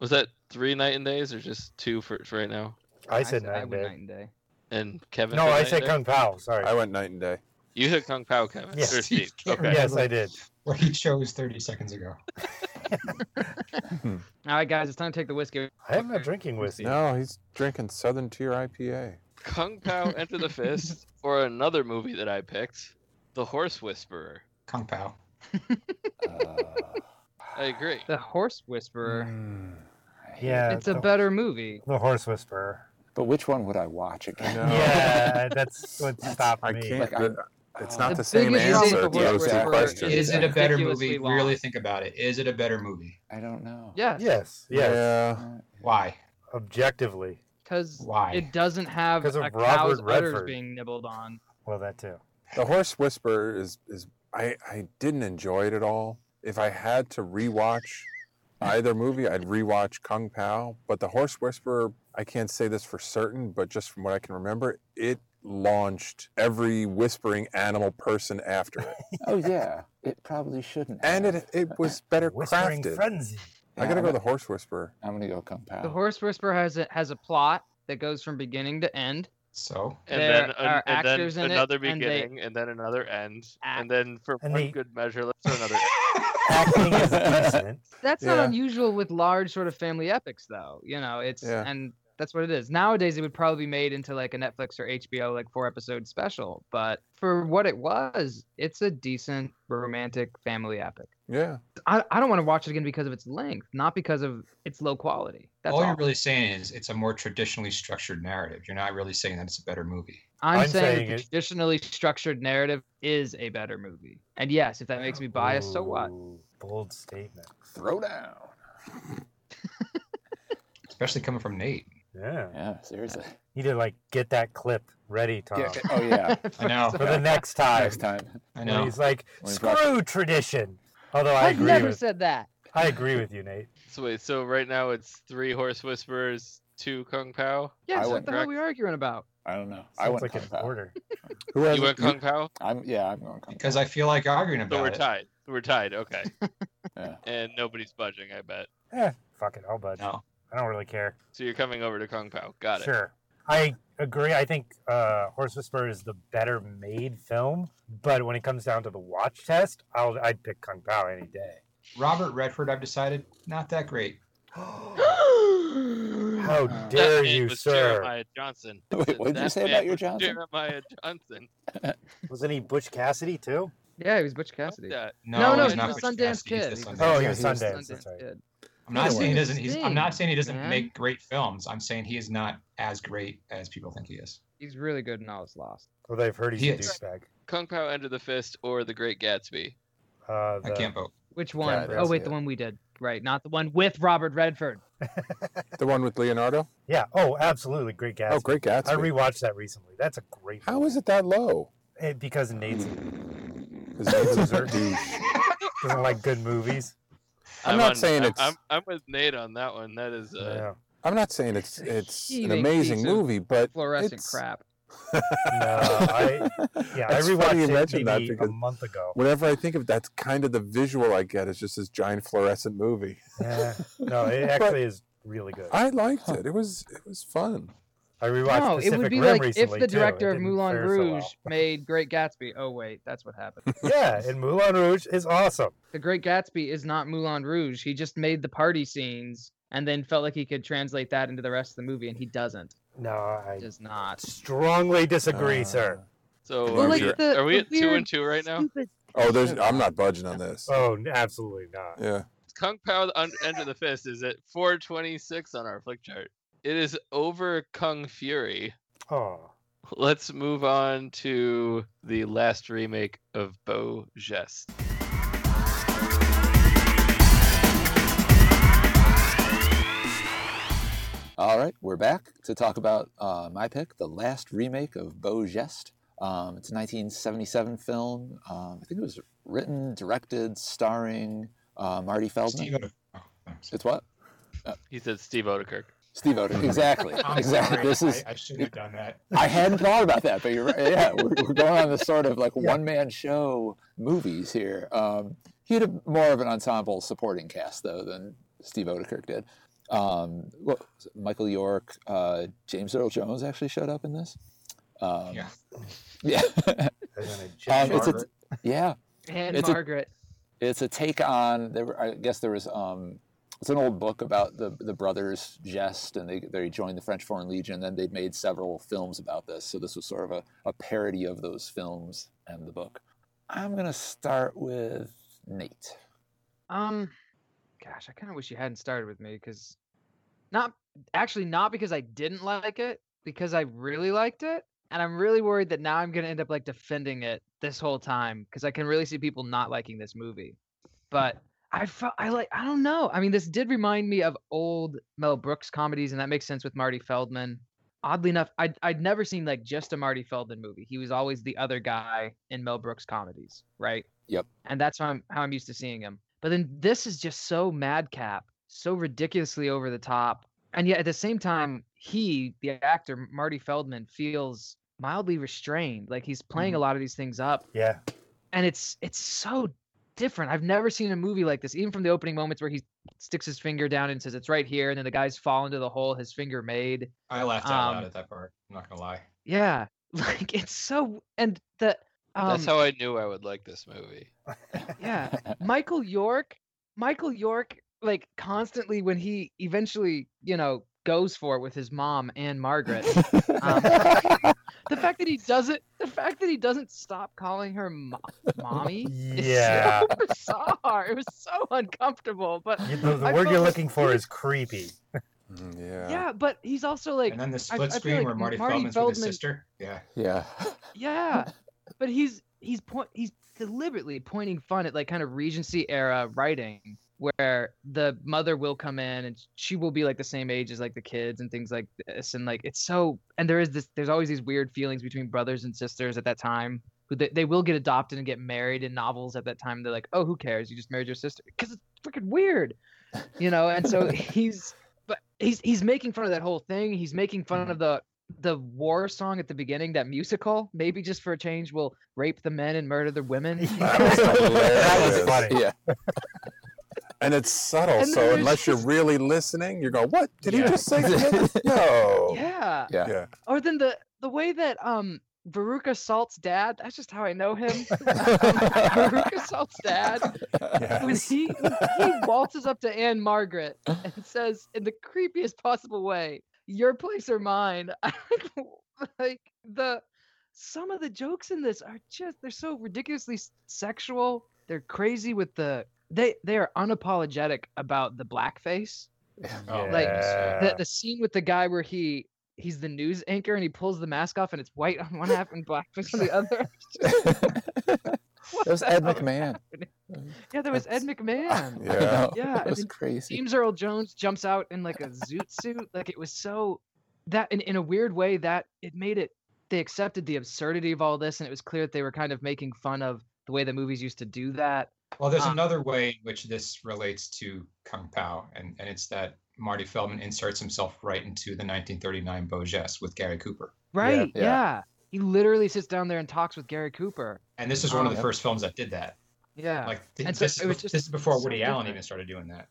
Speaker 1: Was that three night and days or just two for, for right now?
Speaker 3: I said
Speaker 5: I
Speaker 3: night and
Speaker 5: would
Speaker 3: day.
Speaker 5: night and day.
Speaker 1: And Kevin.
Speaker 3: No,
Speaker 1: said
Speaker 3: I
Speaker 1: Night
Speaker 3: said
Speaker 1: and Day?
Speaker 3: Kung Pao. Sorry.
Speaker 2: I went night and day.
Speaker 1: You said Kung Pao, Kevin.
Speaker 3: Yes.
Speaker 1: Or Steve.
Speaker 4: Can't
Speaker 1: Okay.
Speaker 3: Yes, I did.
Speaker 4: What he chose 30 seconds ago.
Speaker 5: All right, guys, it's time to take the whiskey.
Speaker 3: I am not drinking whiskey.
Speaker 2: No, he's drinking Southern Tier IPA.
Speaker 1: Kung Pao Enter the Fist or another movie that I picked, The Horse Whisperer.
Speaker 4: Kung Pao.
Speaker 1: I agree.
Speaker 5: The Horse Whisperer.
Speaker 3: Mm, Yeah,
Speaker 5: It's a
Speaker 3: the-
Speaker 5: better movie.
Speaker 3: The Horse Whisperer.
Speaker 6: But which one would I watch
Speaker 2: I
Speaker 6: again?
Speaker 2: know.
Speaker 3: Yeah, that's what stopped
Speaker 2: I uh,
Speaker 3: me.
Speaker 2: can't.
Speaker 6: Like, I'm-
Speaker 2: it's not
Speaker 5: The
Speaker 2: the, same
Speaker 5: biggest problem
Speaker 2: answer to
Speaker 5: with The
Speaker 2: those two
Speaker 5: Whisperer
Speaker 2: questions.
Speaker 4: Is it a better
Speaker 5: Ridiculously
Speaker 4: movie?
Speaker 5: long.
Speaker 4: Really think about it. Is it a better movie?
Speaker 6: I don't know.
Speaker 5: Yes.
Speaker 3: Yes, yes.
Speaker 2: Yeah.
Speaker 6: Uh,
Speaker 4: Why?
Speaker 3: Objectively,
Speaker 5: Because
Speaker 4: Why?
Speaker 5: it doesn't have
Speaker 3: Because of
Speaker 5: a cow's
Speaker 3: Robert
Speaker 5: udders
Speaker 3: Redford.
Speaker 5: being nibbled on.
Speaker 3: well, that too.
Speaker 2: The Horse Whisperer is is I I didn't enjoy it at all. If I had to rewatch either movie, I'd rewatch Kung Pao. But The Horse Whisperer, I can't say this for certain, but just from what I can remember, it launched every whispering animal person after it,
Speaker 6: oh yeah. It probably shouldn't.
Speaker 2: and
Speaker 6: have.
Speaker 2: it it was better
Speaker 3: Whispering
Speaker 2: crafted.
Speaker 3: frenzy.
Speaker 6: Yeah,
Speaker 2: I gotta
Speaker 6: I'm
Speaker 2: go
Speaker 6: gonna-
Speaker 2: The Horse Whisperer.
Speaker 6: I'm gonna go Kung
Speaker 7: Oh.
Speaker 6: Pao.
Speaker 5: The Horse Whisperer has a, has a plot that goes from beginning to end.
Speaker 4: So
Speaker 1: And
Speaker 5: There
Speaker 1: then,
Speaker 5: are
Speaker 1: and
Speaker 5: actors in
Speaker 1: then
Speaker 5: it,
Speaker 1: another
Speaker 5: and they
Speaker 1: beginning, and, then another end,
Speaker 5: act.
Speaker 1: and then for
Speaker 3: And
Speaker 1: one
Speaker 3: they-
Speaker 1: good measure, let's do another.
Speaker 3: Acting is decent.
Speaker 5: That's
Speaker 2: Yeah.
Speaker 5: not unusual with large sort of family epics, though. You know, it's
Speaker 2: Yeah.
Speaker 5: and that's what it is. Nowadays, it would probably be made into like a Netflix or HBO like four episode special. But for what it was, it's a decent romantic family epic.
Speaker 2: Yeah,
Speaker 5: I, I don't want to watch it again because of its length, not because of its low quality. That's
Speaker 4: all
Speaker 5: all.
Speaker 4: you're really saying is it's a more traditionally structured narrative. You're not really saying that it's a better movie.
Speaker 5: I'm,
Speaker 3: I'm
Speaker 5: saying,
Speaker 3: saying
Speaker 5: that the
Speaker 3: it-
Speaker 5: traditionally structured narrative is a better movie. And yes, if that makes me biased, so what?
Speaker 3: Ooh, Bold statement.
Speaker 6: Throw down.
Speaker 4: Especially coming from Nate.
Speaker 3: Yeah.
Speaker 6: Yeah, seriously.
Speaker 3: You did like get that clip ready, Tom,
Speaker 6: Yeah, oh yeah.
Speaker 4: I know.
Speaker 3: for the next time.
Speaker 6: Next time.
Speaker 4: I
Speaker 3: When
Speaker 4: know.
Speaker 3: He's like,
Speaker 6: When he's watching-
Speaker 3: screw tradition. Although I
Speaker 5: I've
Speaker 3: agree
Speaker 5: never
Speaker 3: with
Speaker 5: said that.
Speaker 3: I agree with you, Nate.
Speaker 1: So wait, so right now it's three Horse Whisperers, two Kung Pao.
Speaker 5: Yes, what
Speaker 6: went
Speaker 5: the hell
Speaker 1: correct.
Speaker 5: are we arguing about?
Speaker 6: I don't know. I
Speaker 3: Sounds
Speaker 6: went
Speaker 3: like
Speaker 6: Kung
Speaker 3: an
Speaker 6: Pao.
Speaker 3: order.
Speaker 2: who has
Speaker 1: You went Kung Pao,
Speaker 6: I'm yeah. I'm going Kung
Speaker 4: Because
Speaker 6: Pao.
Speaker 4: I feel like arguing about
Speaker 1: so we're
Speaker 4: it.
Speaker 1: tied. We're tied. Okay,
Speaker 6: Yeah.
Speaker 1: and nobody's budging. I bet.
Speaker 3: Yeah, Eh, fuck it, I'll budge.
Speaker 4: No.
Speaker 3: I don't really care.
Speaker 1: So you're coming over to Kung Pao. Got it.
Speaker 3: Sure. I agree. I think uh, Horse Whisperer is the better made film, but when it comes down to the watch test, I'll, I'd pick Kung Pao any day.
Speaker 4: Robert Redford, I've decided, not that great.
Speaker 3: How
Speaker 7: That
Speaker 3: dare
Speaker 1: That man
Speaker 3: you,
Speaker 1: was
Speaker 3: sir?
Speaker 1: Jeremiah Johnson.
Speaker 7: Wait, what did you
Speaker 1: That
Speaker 7: say
Speaker 1: man
Speaker 7: about your
Speaker 1: was
Speaker 7: Johnson?
Speaker 1: Jeremiah Johnson.
Speaker 3: Wasn't he Butch Cassidy too?
Speaker 5: yeah, he was Butch Cassidy.
Speaker 1: Yeah,
Speaker 4: No,
Speaker 5: No,
Speaker 1: no,
Speaker 4: he's
Speaker 1: he
Speaker 4: not
Speaker 1: was
Speaker 4: Butch
Speaker 5: Sundance
Speaker 4: Cassidy, he's
Speaker 5: Kid.
Speaker 4: the
Speaker 5: He was-
Speaker 4: Sundance
Speaker 3: Oh,
Speaker 4: Kid.
Speaker 3: he was
Speaker 7: Yeah, he was
Speaker 3: Sundance. That's
Speaker 5: Sundance
Speaker 3: right.
Speaker 5: Kid.
Speaker 4: I'm not
Speaker 5: Either
Speaker 4: saying
Speaker 5: way,
Speaker 4: he doesn't. He's, I'm not
Speaker 5: Sting,
Speaker 4: saying he doesn't
Speaker 5: man.
Speaker 4: make great films. I'm saying he is not as great as people think he is.
Speaker 5: He's really good in All Is Lost.
Speaker 3: Well, they've heard he's
Speaker 4: He
Speaker 3: a
Speaker 4: is.
Speaker 3: douchebag.
Speaker 1: Kung Pao Enter the Fist or The Great Gatsby.
Speaker 3: Uh,
Speaker 4: I
Speaker 3: the-
Speaker 4: can't vote.
Speaker 5: Which one?
Speaker 7: I didn't
Speaker 5: oh
Speaker 7: see
Speaker 5: wait, the
Speaker 7: it.
Speaker 5: one we did. Right, not the one with Robert Redford.
Speaker 2: The one with Leonardo?
Speaker 3: Yeah. Oh, absolutely. Great Gatsby.
Speaker 2: Oh, great
Speaker 3: I
Speaker 2: Gatsby.
Speaker 3: rewatched that recently. That's a great.
Speaker 2: How is it that low?
Speaker 3: it? Because Nate
Speaker 4: Mm.
Speaker 2: Is Nathan
Speaker 3: Loser.
Speaker 2: a douche?
Speaker 3: doesn't like good movies.
Speaker 2: I'm not saying
Speaker 1: I'm,
Speaker 2: it's-
Speaker 1: I'm, I'm with Nate on that one. That is. Uh,
Speaker 3: Yeah.
Speaker 2: I'm not saying it's it's an
Speaker 5: Heaving
Speaker 2: amazing
Speaker 5: piece of
Speaker 2: movie, but
Speaker 5: Fluorescent
Speaker 2: it's-
Speaker 5: crap.
Speaker 3: No, I yeah, I
Speaker 2: It's funny you
Speaker 3: rewatched it
Speaker 2: mentioned that
Speaker 3: maybe a
Speaker 2: because-
Speaker 3: month ago.
Speaker 2: whenever I think of that's kind of the visual I get is just this giant fluorescent movie.
Speaker 3: Yeah. No, it actually is really good.
Speaker 2: I liked it. It was it was fun.
Speaker 3: I rewatched
Speaker 5: no,
Speaker 3: Pacific
Speaker 5: it would be
Speaker 3: Rim
Speaker 5: like if
Speaker 3: recently
Speaker 5: the
Speaker 3: too. It
Speaker 5: director of
Speaker 3: didn't
Speaker 5: Moulin
Speaker 3: fare so
Speaker 5: Rouge made Great Gatsby. Oh wait, that's what happened.
Speaker 3: well. yeah, and Moulin Rouge is awesome.
Speaker 5: the Great Gatsby is not Moulin Rouge. He just made the party scenes and then felt like he could translate that into the rest of the movie, and he doesn't.
Speaker 3: No, I
Speaker 5: Does not.
Speaker 3: strongly disagree,
Speaker 2: Uh,
Speaker 3: sir.
Speaker 1: so
Speaker 2: Well,
Speaker 1: are,
Speaker 2: like
Speaker 1: we,
Speaker 5: the-
Speaker 1: are we
Speaker 5: the
Speaker 1: at two
Speaker 5: weird
Speaker 1: and two right now?
Speaker 5: Stupid-
Speaker 2: Oh, there's I'm not budging on this.
Speaker 3: Oh, n- absolutely not.
Speaker 2: Yeah.
Speaker 1: Kung Pao the Un- Enter the Fist is at 426 on our flick chart. It is over Kung Fury.
Speaker 3: Oh,
Speaker 1: Let's move on to the last remake of Beau Geste.
Speaker 7: All right, we're back to talk about uh, my pick, the last remake of Beau Geste. Um, it's a 1977 film. Um, I think it was written, directed, starring uh, Marty Feldman.
Speaker 4: Steve Oden- oh, thanks.
Speaker 7: It's what?
Speaker 1: He said Steve Odekirk.
Speaker 7: Steve Oden. Exactly.
Speaker 4: I'm
Speaker 7: exactly.
Speaker 4: sorry,
Speaker 7: This is.
Speaker 4: I, I shouldn't have done that.
Speaker 7: I hadn't thought about that, but you're right. Yeah, we're, we're going on this sort of like one man show movies here. Um, he had a, more of an ensemble supporting cast, though, than Steve Odekirk did. Um, well, Michael York, uh, James Earl Jones actually showed up in this. Um,
Speaker 4: Yeah.
Speaker 7: Yeah.
Speaker 3: as an
Speaker 7: Um,
Speaker 3: Egyptian-
Speaker 7: it's a, yeah.
Speaker 5: And
Speaker 7: It's a-
Speaker 5: Margaret.
Speaker 7: It's a take on, there were, I guess there was, um, it's an old book about the, the brothers Gest, and they, they joined the French Foreign Legion. Then they'd made several films about this. So this was sort of a, a parody of those films and the book. I'm going to start with Nate.
Speaker 5: Um, gosh, I kind of wish you hadn't started with me because, not actually not because I didn't like it, because I really liked it, and I'm really worried that now I'm gonna end up like defending it this whole time because I can really see people not liking this movie. But I felt I like I don't know. I mean, this did remind me of old Mel Brooks comedies, and that makes sense with Marty Feldman. Oddly enough, I'd, I'd never seen like just a Marty Feldman movie. He was always the other guy in Mel Brooks comedies, right? and that's how I'm how I'm used to seeing him. But then this is just so madcap, so ridiculously over the top, and yet at the same time, he, the actor Marty Feldman, feels mildly restrained. Like he's playing a lot of these things up,
Speaker 3: yeah,
Speaker 5: and it's it's so different. I've never seen a movie like this, even from the opening moments where he sticks his finger down and says it's right here, and then the guys fall into the hole his finger made.
Speaker 4: I laughed out
Speaker 5: Um,
Speaker 4: loud at that part. I'm not gonna lie.
Speaker 5: Yeah, like it's so and the um,
Speaker 1: That's how I knew I would like this movie.
Speaker 5: yeah michael york michael york like constantly when he eventually you know goes for it with his mom and margaret um, the fact that he doesn't the fact that he doesn't stop calling her mo- mommy is
Speaker 3: yeah.
Speaker 5: so bizarre it was so uncomfortable but
Speaker 3: You- the the
Speaker 5: I
Speaker 3: word
Speaker 5: felt
Speaker 3: you're
Speaker 5: like
Speaker 3: looking for is uh, creepy.
Speaker 2: Mm, Yeah.
Speaker 5: yeah but he's also like
Speaker 4: and then the split
Speaker 5: I feel
Speaker 4: screen
Speaker 5: like
Speaker 4: where Marty,
Speaker 5: Marty
Speaker 4: Feldman's with his
Speaker 5: Feldman-
Speaker 4: sister. Yeah.
Speaker 7: yeah.
Speaker 5: Yeah, but he's he's point he's deliberately pointing fun at like kind of Regency era writing where the mother will come in and she will be like the same age as like the kids and things like this and like it's so and there is this there's always these weird feelings between brothers and sisters at that time who they, they will get adopted and get married in novels at that time they're like oh who cares you just married your sister because it's freaking weird you know and so he's but he's he's making fun of that whole thing he's making fun of the the war song at the beginning, that musical, maybe just for a change, will rape the men and murder the women.
Speaker 3: That was
Speaker 2: That
Speaker 3: funny.
Speaker 7: Yeah.
Speaker 2: and it's subtle.
Speaker 5: And
Speaker 2: so
Speaker 5: there's
Speaker 2: unless you're
Speaker 5: just-
Speaker 2: really listening, you're going, "What did
Speaker 4: Yeah.
Speaker 2: he just say?" that?" no.
Speaker 5: Yeah.
Speaker 6: Yeah.
Speaker 2: Yeah.
Speaker 5: Or then the the way that um Veruca Salt's dad. That's just how I know him. Veruca Salt's dad. when
Speaker 2: Yes.
Speaker 5: he he waltzes up to Anne Margaret and says in the creepiest possible way, "Your place or mine." like the some of the jokes in this are just they're so ridiculously s- sexual. They're crazy with the they they are unapologetic about the blackface.
Speaker 4: Oh,
Speaker 5: Like,
Speaker 4: yeah.
Speaker 5: The the scene with the guy where he he's the news anchor and he pulls the mask off and it's white on one half and blackface on the other.
Speaker 6: that
Speaker 5: What
Speaker 6: was
Speaker 5: the
Speaker 6: Ed
Speaker 5: hell?
Speaker 6: McMahon.
Speaker 5: Yeah, that was Ed McMahon.
Speaker 6: I
Speaker 2: Yeah.
Speaker 6: know.
Speaker 5: Yeah,
Speaker 6: That
Speaker 5: and
Speaker 6: was
Speaker 5: then
Speaker 6: crazy.
Speaker 5: James Earl Jones jumps out in like a zoot suit. Like it was so that in, in a weird way that it made it they accepted the absurdity of all this and it was clear that they were kind of making fun of the way that movies used to do that.
Speaker 4: Well, there's
Speaker 5: Um,
Speaker 4: another way in which this relates to Kung Pao, and, and it's that Marty Feldman inserts himself right into the 1939 Beaugès with Gary Cooper.
Speaker 5: Right. Yeah.
Speaker 6: yeah.
Speaker 5: He literally sits down there and talks with Gary Cooper.
Speaker 4: And this is one of
Speaker 5: Oh,
Speaker 4: the
Speaker 6: yeah.
Speaker 4: first films that did that.
Speaker 5: Yeah.
Speaker 4: Like th-
Speaker 5: And so
Speaker 4: this,
Speaker 5: it was
Speaker 4: is, bef-
Speaker 5: just
Speaker 4: this is before
Speaker 5: so
Speaker 4: Woody Allen
Speaker 5: different.
Speaker 4: even started doing that.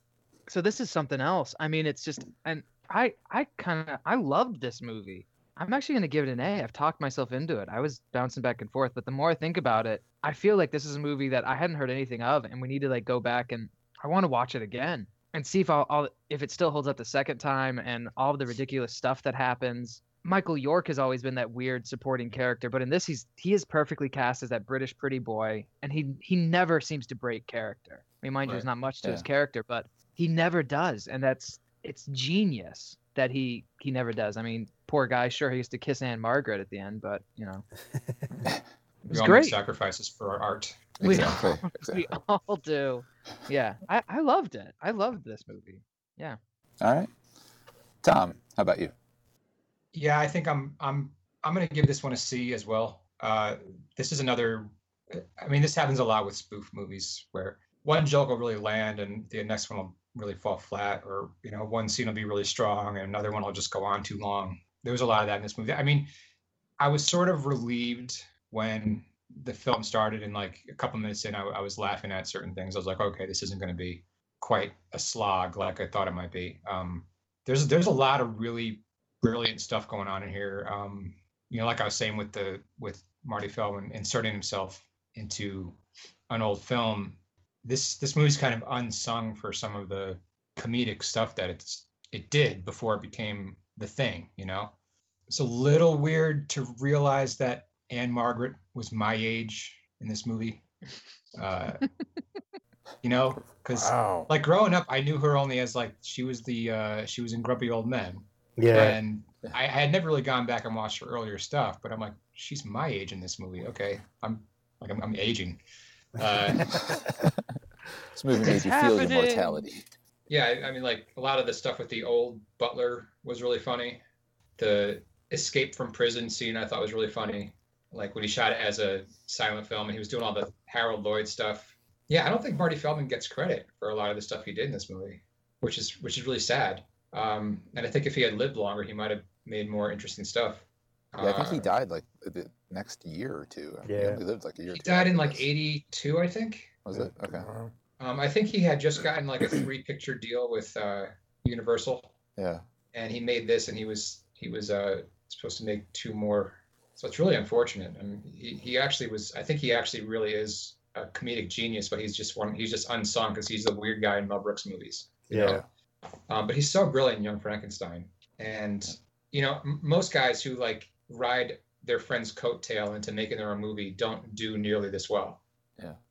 Speaker 5: so this is something else. I mean, it's just and I I kind of I loved this movie. I'm actually going to give it an A. I've talked myself into it. I was bouncing back and forth, but the more I think about it, I feel like this is a movie that I hadn't heard anything of and we need to like go back and I want to watch it again and see if I'll, I'll if it still holds up the second time and all of the ridiculous stuff that happens. Michael York has always been that weird supporting character, but in this he's he is perfectly cast as that British pretty boy and he he never seems to break character. I mean, mind you, there's
Speaker 4: Right.
Speaker 5: not much to his
Speaker 6: Yeah.
Speaker 5: character, but he never does and that's it's genius that he he never does. I mean, poor guy, sure he used to kiss Anne Margaret at the end, but you know,
Speaker 4: We
Speaker 5: was
Speaker 4: all
Speaker 5: great.
Speaker 4: make sacrifices for our art.
Speaker 5: we-
Speaker 6: Exactly.
Speaker 5: we
Speaker 6: exactly.
Speaker 5: all do. Yeah, I I loved it. I loved this movie.
Speaker 6: All right. Tom, how about you?
Speaker 4: Yeah, I think I'm I'm I'm gonna give this one a C as well. Uh, this is another. I mean, this happens a lot with spoof movies where one joke will really land and the next one will really fall flat, or you know, one scene will be really strong and another one will just go on too long. There was a lot of that in this movie. I mean, I was sort of relieved when the film started and like a couple minutes in, I, I was laughing at certain things. I was like, okay, this isn't gonna be quite a slog like I thought it might be. Um, there's there's a lot of really brilliant stuff going on in here. Um, you know, like I was saying with the with Marty Feldman inserting himself into an old film. This this movie's kind of unsung for some of the comedic stuff that it's it did before it became the thing. You know, it's a little weird to realize that Anne Margaret was my age in this movie. Uh, you know, because
Speaker 2: Wow.
Speaker 4: like growing up, I knew her only as like she was the uh, she was in Grumpy Old Men,
Speaker 3: Yeah.
Speaker 4: and I, I had never really gone back and watched her earlier stuff, but I'm like, she's my age in this movie. Okay, I'm like, I'm, I'm aging. Uh,
Speaker 6: This movie made
Speaker 5: It's
Speaker 6: you feel your
Speaker 5: happening.
Speaker 6: mortality.
Speaker 4: yeah, I, I mean, like a lot of the stuff with the old butler was really funny. The escape from prison scene I thought was really funny. Like when he shot it as a silent film and he was doing all the Harold Lloyd stuff. Yeah, I don't think Marty Feldman gets credit for a lot of the stuff he did in this movie, which is which is really sad. Um, and I think if he had lived longer, he might have made more interesting stuff.
Speaker 6: Yeah, I think he
Speaker 4: Uh,
Speaker 6: died like the next year or two. I mean, He
Speaker 3: Yeah.
Speaker 6: only lived like a year. or
Speaker 4: He
Speaker 6: two
Speaker 4: died in
Speaker 6: after
Speaker 4: like
Speaker 6: this.
Speaker 4: 82, I think.
Speaker 6: Was it? Okay.
Speaker 2: Wow.
Speaker 4: Um, I think he had just gotten like a three picture deal with uh, Universal,
Speaker 6: Yeah.
Speaker 4: and he made this, and he was he was uh, supposed to make two more. So it's really unfortunate. I mean, he, he actually was. I think he actually really is a comedic genius, but he's just one. He's just unsung because he's the weird guy in Mel Brooks movies. you
Speaker 3: Yeah.
Speaker 4: know? Um, but he's so brilliant in Young Frankenstein. And, you know, m- most guys who like ride their friend's coattail into making their own movie don't do nearly this well.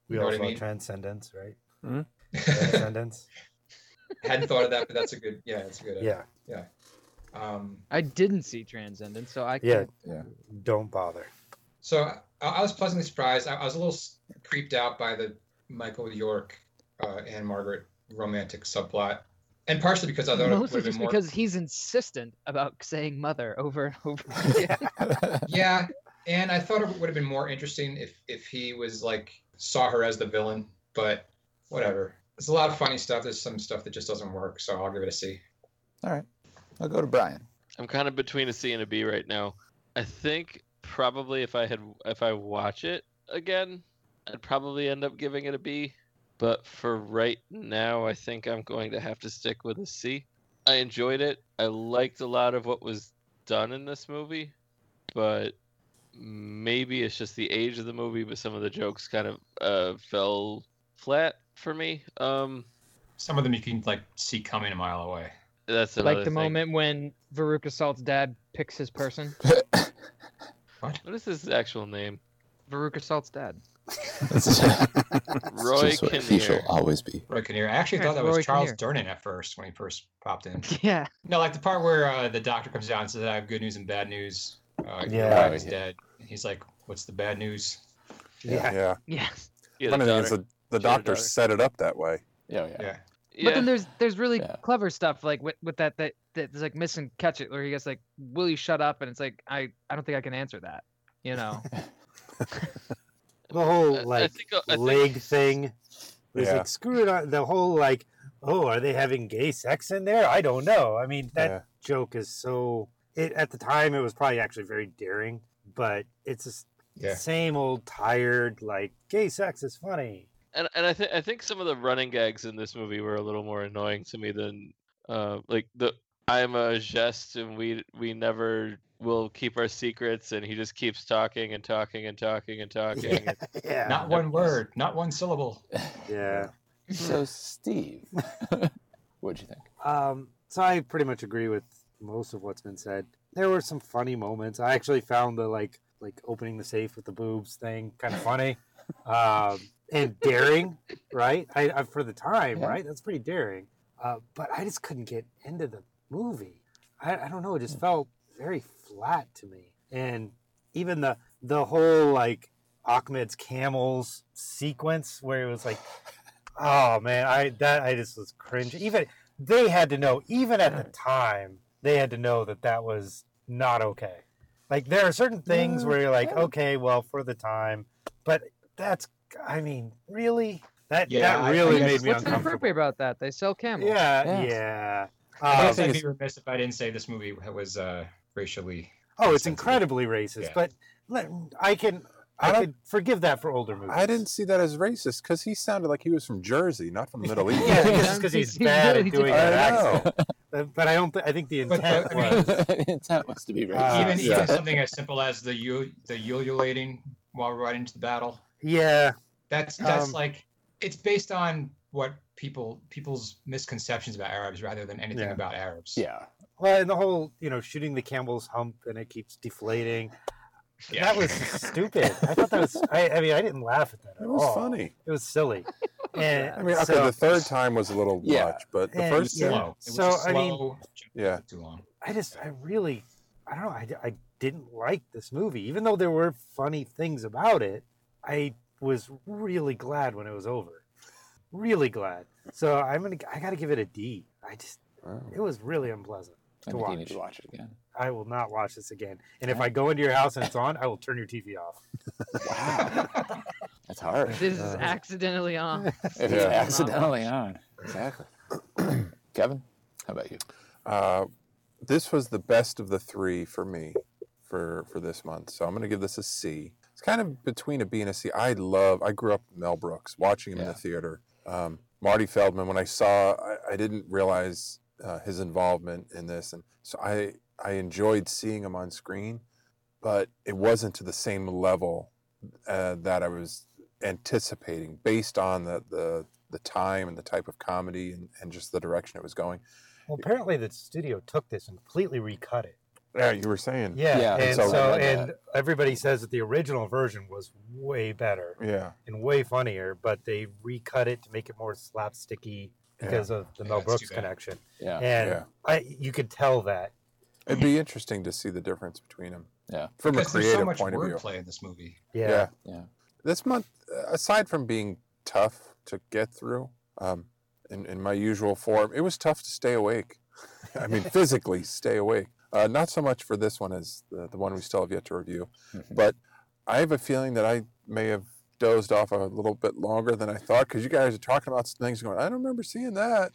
Speaker 3: We
Speaker 4: You know
Speaker 3: all
Speaker 4: what I
Speaker 3: saw
Speaker 4: mean?
Speaker 3: Transcendence, right?
Speaker 4: I
Speaker 3: Transcendence.
Speaker 4: hadn't thought of that, but that's a good, yeah, that's a good.
Speaker 3: yeah.
Speaker 4: Um,
Speaker 5: I didn't see Transcendence, so I
Speaker 3: Yeah.
Speaker 5: can't.
Speaker 3: Don't bother.
Speaker 4: so I, I was pleasantly surprised. I, I was a little s- creeped out by the Michael York uh, and Margaret romantic subplot. And partially because I thought it would
Speaker 5: Mostly
Speaker 4: have been
Speaker 5: just
Speaker 4: more.
Speaker 5: because he's insistent about saying mother over and over.
Speaker 6: Yeah.
Speaker 4: yeah and i thought it would have been more interesting if if he was like saw her as the villain but whatever there's a lot of funny stuff there's some stuff that just doesn't work so i'll give it a c
Speaker 6: All right. I'll go to Brian.
Speaker 1: I'm kind of between a C and a B right now. I think probably if I had if I watch it again, I'd probably end up giving it a B. But for right now, I think I'm going to have to stick with a C. I enjoyed it. I liked a lot of what was done in this movie, but maybe it's just the age of the movie. But some of the jokes kind of uh, fell flat for me. Um,
Speaker 4: Some of them you can like see coming a mile away.
Speaker 1: that's another
Speaker 5: like the
Speaker 1: thing.
Speaker 5: moment when Veruca Salt's dad picks his person.
Speaker 1: What is his actual name?
Speaker 5: Veruca Salt's dad.
Speaker 7: It's
Speaker 1: Roy
Speaker 7: just what he shall
Speaker 1: Kinnear.
Speaker 7: always be.
Speaker 4: Roy Kinnear. I actually
Speaker 5: Yeah,
Speaker 4: thought
Speaker 5: it's
Speaker 4: that was
Speaker 5: Roy
Speaker 4: Charles
Speaker 5: Kinnear.
Speaker 4: Durnin at first when he first popped in.
Speaker 5: Yeah.
Speaker 4: No, like the part where uh, the doctor comes down and says, "I have good news and bad news." Uh, your
Speaker 3: Yeah.
Speaker 4: wife is
Speaker 7: Oh, yeah.
Speaker 4: dead. And he's like, "What's the bad news?"
Speaker 3: Yeah.
Speaker 2: Yeah.
Speaker 5: Yes.
Speaker 1: Yeah, the
Speaker 2: Funny thing is,
Speaker 1: daughter.
Speaker 2: the, the
Speaker 1: She had a
Speaker 2: doctor
Speaker 1: daughter.
Speaker 2: set it up that way.
Speaker 7: Yeah,
Speaker 4: Yeah.
Speaker 7: Oh, yeah.
Speaker 5: But then
Speaker 1: Yeah,
Speaker 5: there's there's really
Speaker 7: Yeah.
Speaker 5: clever stuff like with, with that that that's like miss and catch it where he gets like will you shut up and it's like I I don't think I can answer that you know
Speaker 3: The whole
Speaker 1: I- I
Speaker 3: like
Speaker 1: think- uh, I think-
Speaker 3: leg thing. It's
Speaker 2: Yeah.
Speaker 3: like screw it on the whole like, oh, are they having gay sex in there? I don't know. I mean, that
Speaker 2: Yeah.
Speaker 3: joke is so it at the time it was probably actually very daring, but it's just
Speaker 4: Yeah.
Speaker 3: same old tired like gay sex is funny.
Speaker 1: and and I think I think some of the running gags in this movie were a little more annoying to me than uh, like the I'm a jest and we we never will keep our secrets and he just keeps talking and talking and talking and talking.
Speaker 3: Yeah. Yeah.
Speaker 4: Not one word, not one syllable.
Speaker 3: yeah.
Speaker 7: So, Steve, what'd you think?
Speaker 3: Um, so I pretty much agree with most of what's been said. There were some funny moments. I actually found the like like opening the safe with the boobs thing kind of funny um, and daring, right? I, I for the time,
Speaker 7: Yeah.
Speaker 3: right? That's pretty daring. Uh, but I just couldn't get into the movie. I, I don't know. It just felt very flat to me. And even the the whole like Ahmed's camels sequence where it was like, oh man, I that I just was cringe. Even they had to know, even at the time, they had to know that that was not okay. Like there are certain things where you're like, okay, well, for the time, but that's, I mean, really, that
Speaker 4: Yeah, I-
Speaker 3: that
Speaker 4: I
Speaker 3: really
Speaker 4: guess-
Speaker 3: made me
Speaker 5: what's
Speaker 3: uncomfortable.
Speaker 5: inappropriate about that they sell camels
Speaker 3: Yeah,
Speaker 7: Yeah.
Speaker 3: yeah.
Speaker 4: I
Speaker 3: Um,
Speaker 4: guess I'd be remiss if I didn't say this movie was uh, racially.
Speaker 3: oh, it's
Speaker 4: insensitive.
Speaker 3: incredibly racist,
Speaker 4: Yeah.
Speaker 3: but let, I can
Speaker 2: I
Speaker 3: I,
Speaker 2: don't-
Speaker 3: could forgive that for older movies.
Speaker 2: I didn't see that as racist because he sounded like he was from Jersey, not from the Middle East.
Speaker 3: Yeah,
Speaker 5: Yeah,
Speaker 3: just because he's
Speaker 5: he's- he's
Speaker 3: bad
Speaker 5: really
Speaker 3: at doing
Speaker 5: different.
Speaker 3: that
Speaker 2: I
Speaker 3: accent.
Speaker 2: know.
Speaker 3: Uh, But I don't. Th- I think the
Speaker 4: But
Speaker 3: intent
Speaker 4: the- I mean-
Speaker 3: was.
Speaker 7: The intent was to be
Speaker 3: Uh,
Speaker 7: racist.
Speaker 4: even
Speaker 2: yeah.
Speaker 4: even something as simple as the u- the ululating while riding into the battle.
Speaker 3: Yeah,
Speaker 4: That's that's
Speaker 3: Um,
Speaker 4: like it's based on what people people's misconceptions about Arabs rather than anything
Speaker 3: Yeah.
Speaker 4: about Arabs.
Speaker 7: yeah.
Speaker 3: well, and the whole you know shooting the Campbell's hump and it keeps deflating.
Speaker 4: Yeah.
Speaker 3: That was stupid. I thought that was. I, I mean, I didn't laugh at that. At
Speaker 2: It was
Speaker 3: all.
Speaker 2: funny.
Speaker 3: It was silly. And
Speaker 2: Oh. I mean, okay,
Speaker 3: so
Speaker 2: the third time was a little
Speaker 7: Yeah.
Speaker 2: much, but the
Speaker 3: And-
Speaker 2: first
Speaker 3: yeah.
Speaker 2: two,
Speaker 4: slow. It was
Speaker 3: So,
Speaker 4: a
Speaker 3: I mean-
Speaker 4: slow jump
Speaker 2: yeah,
Speaker 4: too long.
Speaker 3: I just, I really, I don't know. I, I didn't like this movie, even though there were funny things about it. I was really glad when it was over. Really glad. So I'm gonna. I gotta give it a D. I just. It was really unpleasant. to
Speaker 7: I think you
Speaker 3: watch.
Speaker 7: need to watch it again.
Speaker 3: I will not watch this again. And if I go into your house and it's on, I will turn your TV off.
Speaker 7: Wow. That's hard.
Speaker 5: this is
Speaker 2: Uh,
Speaker 5: accidentally on
Speaker 7: If
Speaker 2: Yeah.
Speaker 7: it's accidentally on. Exactly. Kevin, how about you?
Speaker 2: uh, this was the best of the three for me for for this month. So I'm going to give this a C. It's kind of between a B and a C. I love. I grew up with Mel Brooks, watching him in the
Speaker 7: Yeah.
Speaker 2: theater. Um, Marty Feldman. When I saw, I, I didn't realize uh, his involvement in this, and so I I enjoyed seeing him on screen, but it wasn't to the same level uh, that I was anticipating based on the the the time and the type of comedy and, and just the direction it was going.
Speaker 3: Well, apparently the studio took this and completely recut it.
Speaker 2: Yeah, you were saying.
Speaker 3: Yeah,
Speaker 7: Yeah,
Speaker 3: and
Speaker 2: so-
Speaker 3: so,
Speaker 7: I read
Speaker 3: and everybody says that the original version was way better
Speaker 2: Yeah.
Speaker 3: and way funnier, but they recut it to make it more slapsticky because of the
Speaker 4: Yeah,
Speaker 3: Mel
Speaker 4: that's too
Speaker 3: Brooks
Speaker 4: bad.
Speaker 3: connection.
Speaker 7: Yeah.
Speaker 3: And
Speaker 2: Yeah.
Speaker 3: I, you could tell that.
Speaker 2: It'd be interesting to see the difference between them.
Speaker 7: Yeah.
Speaker 2: From a
Speaker 4: Because there's
Speaker 2: creative
Speaker 4: so much
Speaker 2: point of view.
Speaker 4: wordplay in this movie.
Speaker 3: Yeah.
Speaker 7: Yeah.
Speaker 2: This month, uh, aside from being tough to get through, um, in, in my usual form, it was tough to stay awake. I mean, physically stay awake. Uh, not so much for this one as the, the one we still have yet to review,
Speaker 7: Mhm.
Speaker 2: but I have a feeling that I may have dozed off a little bit longer than I thought because you guys are talking about some things going. I don't remember seeing that,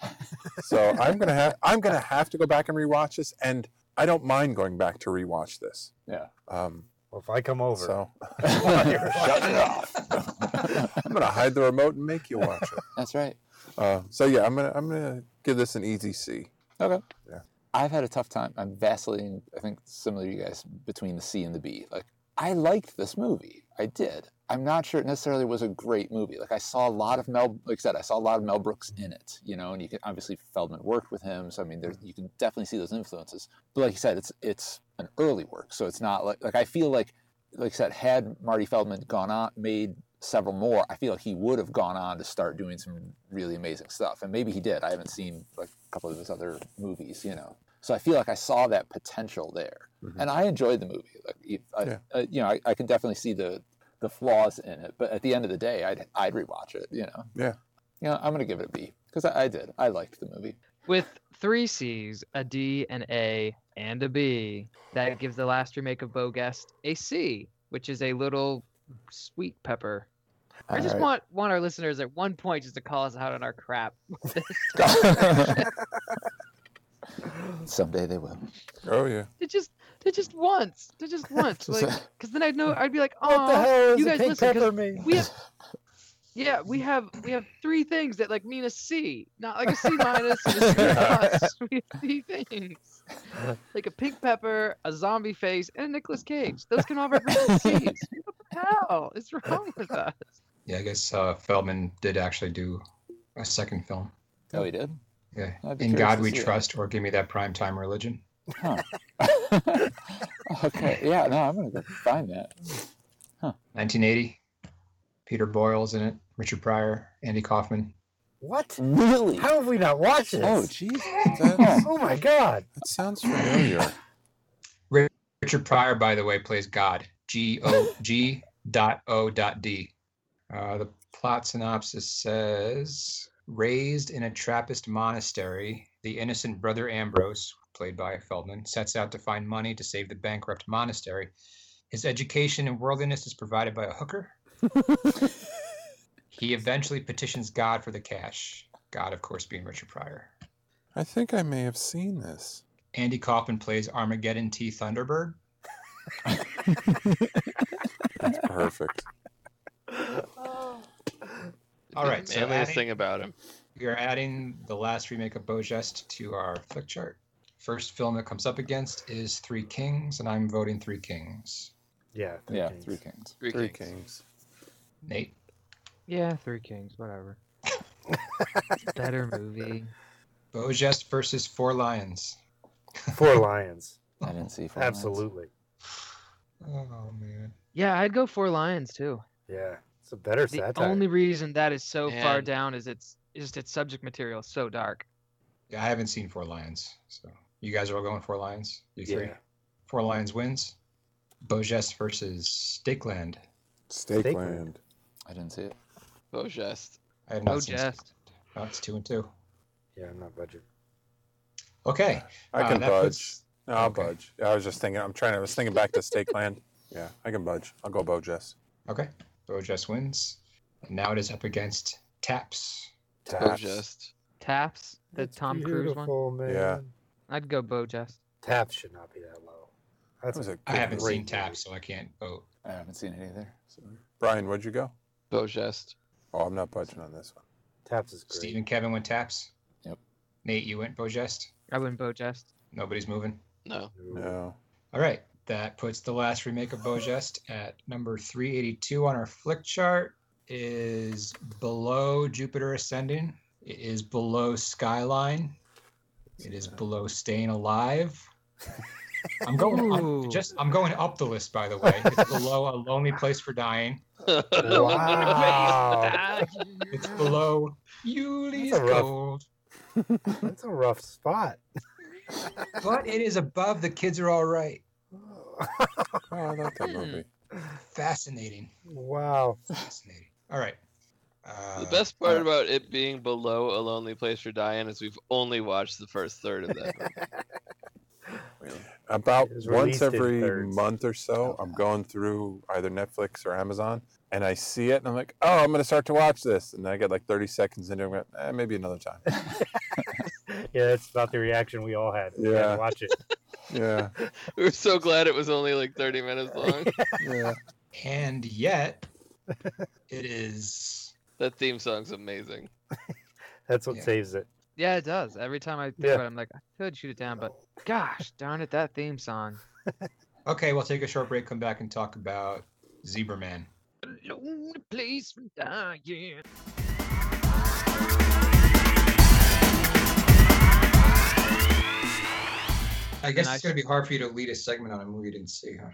Speaker 2: so I'm gonna have I'm gonna have to go back and rewatch this, and I don't mind going back to rewatch this.
Speaker 7: Yeah.
Speaker 2: Um,
Speaker 3: Well, if I come over,
Speaker 2: so
Speaker 7: Shut it off.
Speaker 2: I'm gonna hide the remote and make you watch it.
Speaker 7: That's right.
Speaker 2: Uh, so yeah, I'm gonna I'm gonna give this an easy C.
Speaker 7: Okay.
Speaker 2: Yeah.
Speaker 7: I've had a tough time. I'm vacillating, I think, similar to you guys, between the C and the B. Like, I liked this movie. I did. I'm not sure it necessarily was a great movie. Like, I saw a lot of Mel, like I said, I saw a lot of Mel Brooks in it, you know, and you can obviously Feldman worked with him. So, I mean, there, you can definitely see those influences. But like you said, it's, it's an early work. So it's not like, like, I feel like, like I said, had Marty Feldman gone on, made several more, I feel like he would have gone on to start doing some really amazing stuff. And maybe he did. I haven't seen like a couple of his other movies, you know. So I feel like I saw that potential there,
Speaker 2: Mhm.
Speaker 7: and I enjoyed the movie. Like, if I,
Speaker 2: Yeah.
Speaker 7: uh, you know, I, I can definitely see the the flaws in it, but at the end of the day, I'd I'd rewatch it. You know.
Speaker 2: Yeah.
Speaker 7: You know, I'm gonna give it a B because I, I did. I liked the movie.
Speaker 5: With three C's, a D, an A, and a B, that gives the last remake of Bo Guest a C, which is a little sweet pepper. I just
Speaker 7: All
Speaker 5: want want our listeners at one point just to call us out on our crap.
Speaker 7: right. someday they will.
Speaker 2: Oh yeah.
Speaker 5: They just they just once, they just once, like because then I'd know I'd be like,
Speaker 3: What the
Speaker 5: oh,
Speaker 3: hell is
Speaker 5: you
Speaker 3: a
Speaker 5: guys
Speaker 3: pink
Speaker 5: listen, 'cause
Speaker 3: pepper mean?
Speaker 5: we have yeah we have we have three things that like mean a c not like a c minus and a c plus we have three things like a pink pepper a zombie face and a Nicolas cage those can all represent c's what the hell is wrong with us
Speaker 4: Yeah, I guess uh, Feldman did actually do a second film.
Speaker 7: Oh, he did.
Speaker 4: Yeah.
Speaker 7: I'd be
Speaker 4: In
Speaker 7: curious
Speaker 4: God
Speaker 7: to
Speaker 4: We
Speaker 7: see that.
Speaker 4: Trust or Give Me That Prime Time Religion.
Speaker 7: okay. Yeah. No, I'm gonna go find that.
Speaker 4: 1980. Peter Boyle's in it. Richard Pryor, Andy Kaufman.
Speaker 3: What?
Speaker 7: Really?
Speaker 3: How have we not watched this?
Speaker 7: Oh, jeez.
Speaker 2: That's,
Speaker 3: oh my god.
Speaker 2: that sounds familiar.
Speaker 4: Richard Pryor, by the way, plays God. G O G dot O dot D. Uh, the plot synopsis says Raised in a Trappist monastery, the innocent brother Ambrose, played by Feldman, sets out to find money to save the bankrupt monastery. His education and worldliness is provided by a hooker. he eventually petitions God for the cash. God, of course, being Richard Pryor.
Speaker 2: I think I may have seen this.
Speaker 4: Andy Kaufman plays Armageddon T. Thunderbird.
Speaker 2: That's perfect.
Speaker 4: All right,
Speaker 1: The
Speaker 4: so
Speaker 1: manliest
Speaker 4: adding-
Speaker 1: thing about him.
Speaker 4: We are adding the last remake of Beaugest to our flick chart. First film it comes up against is Three Kings, and I'm voting Three Kings.
Speaker 3: Yeah.
Speaker 7: Yeah,
Speaker 3: thanks.
Speaker 7: Three Kings.
Speaker 1: Three,
Speaker 2: Three
Speaker 1: Kings.
Speaker 2: Kings.
Speaker 4: Nate,
Speaker 5: yeah three kings whatever better movie
Speaker 4: Beaugest versus Four Lions.
Speaker 3: Four lions.
Speaker 7: I didn't see. Four Lions.
Speaker 3: Absolutely.
Speaker 4: Oh man.
Speaker 5: yeah i'd go four lions too
Speaker 3: Yeah. It's a better
Speaker 5: the
Speaker 3: satire.
Speaker 5: only reason that is so far
Speaker 1: And-
Speaker 5: down is it's just its subject material is so dark
Speaker 4: Yeah, I haven't seen Four Lions, so you guys are all going Four Lions. You three.
Speaker 3: Yeah.
Speaker 4: Four Lions wins. Beaugest versus Stakeland.
Speaker 2: Stakeland.
Speaker 7: I didn't see it.
Speaker 1: Beaugest.
Speaker 4: I have not
Speaker 5: no
Speaker 4: seen.
Speaker 5: jest
Speaker 4: Oh, it's two and two.
Speaker 3: Yeah, I'm not budget.
Speaker 4: Okay.
Speaker 2: I
Speaker 4: uh,
Speaker 2: can
Speaker 4: that
Speaker 2: budge.
Speaker 4: puts-
Speaker 2: No, I'll
Speaker 4: Okay.
Speaker 2: budge. I was just thinking. I'm trying. I was thinking back to Stakeland. Yeah, I can budge. I'll go Bojess.
Speaker 4: Okay. Beaugest wins. And now it is up against Taps.
Speaker 2: Taps.
Speaker 1: Beaugest.
Speaker 5: taps the tom cruise one
Speaker 3: Man.
Speaker 2: Yeah.
Speaker 5: I'd go Bo Jest.
Speaker 3: Taps should not be that low.
Speaker 2: That
Speaker 3: That's
Speaker 2: was a
Speaker 4: I
Speaker 2: good
Speaker 4: haven't
Speaker 2: movie.
Speaker 4: seen Taps, so I can't vote.
Speaker 7: I haven't seen it either. So.
Speaker 2: Brian, where'd you go?
Speaker 1: Beaugest.
Speaker 2: Oh, I'm not budging on this one.
Speaker 3: Taps is great.
Speaker 4: Steve and Kevin went Taps.
Speaker 7: Yep.
Speaker 4: Nate, you went Bojest.
Speaker 5: I wouldn't Bo Jest.
Speaker 4: Nobody's moving.
Speaker 1: No.
Speaker 2: No.
Speaker 4: All right. That puts the last remake of Bojest at number 382 on our flick chart. Is below Jupiter Ascending. It is below Skyline. It is below Staying Alive. I'm going.
Speaker 5: Ooh.
Speaker 4: I'm Oh, just. I'm going up the list, by the way. It's below A Lonely Place for Dying.
Speaker 3: Wow.
Speaker 4: Uh, It's below Yuli's
Speaker 3: That's a rough-
Speaker 4: Gold.
Speaker 3: That's a rough spot.
Speaker 4: But it is above The Kids Are All Right.
Speaker 2: Oh, I like that movie.
Speaker 4: Fascinating.
Speaker 3: wow.
Speaker 4: Fascinating. All right. Uh,
Speaker 1: The best part
Speaker 4: uh,
Speaker 1: about it being below a lonely place for Diane is we've only watched the first third of that. movie.
Speaker 2: About
Speaker 3: It was
Speaker 2: once
Speaker 3: released in
Speaker 2: every
Speaker 3: thirds. Oh,
Speaker 2: month or so, I'm going through either Netflix or Amazon, and I see it, and I'm like, "Oh, I'm gonna start to watch this," and I get like 30 seconds into it, I'm like, eh, maybe another time.
Speaker 3: Yeah, that's about the reaction we all had. We had to
Speaker 2: Yeah.
Speaker 3: Watch it.
Speaker 2: Yeah,
Speaker 1: we were so glad it was only like 30 minutes long.
Speaker 2: yeah.
Speaker 4: and yet, it is
Speaker 1: That theme song's amazing.
Speaker 3: That's what
Speaker 4: Yeah.
Speaker 3: saves it.
Speaker 5: Yeah, it does. Every time I think
Speaker 3: Yeah.
Speaker 5: about it, I'm like, I could shoot it down, but gosh darn it, that theme song.
Speaker 4: Okay, we'll take a short break, come back and talk about Zebra Man.
Speaker 5: Lonely place from dying.
Speaker 4: I guess
Speaker 5: I
Speaker 4: it's going to be hard for you to lead a segment on a movie you didn't see, huh?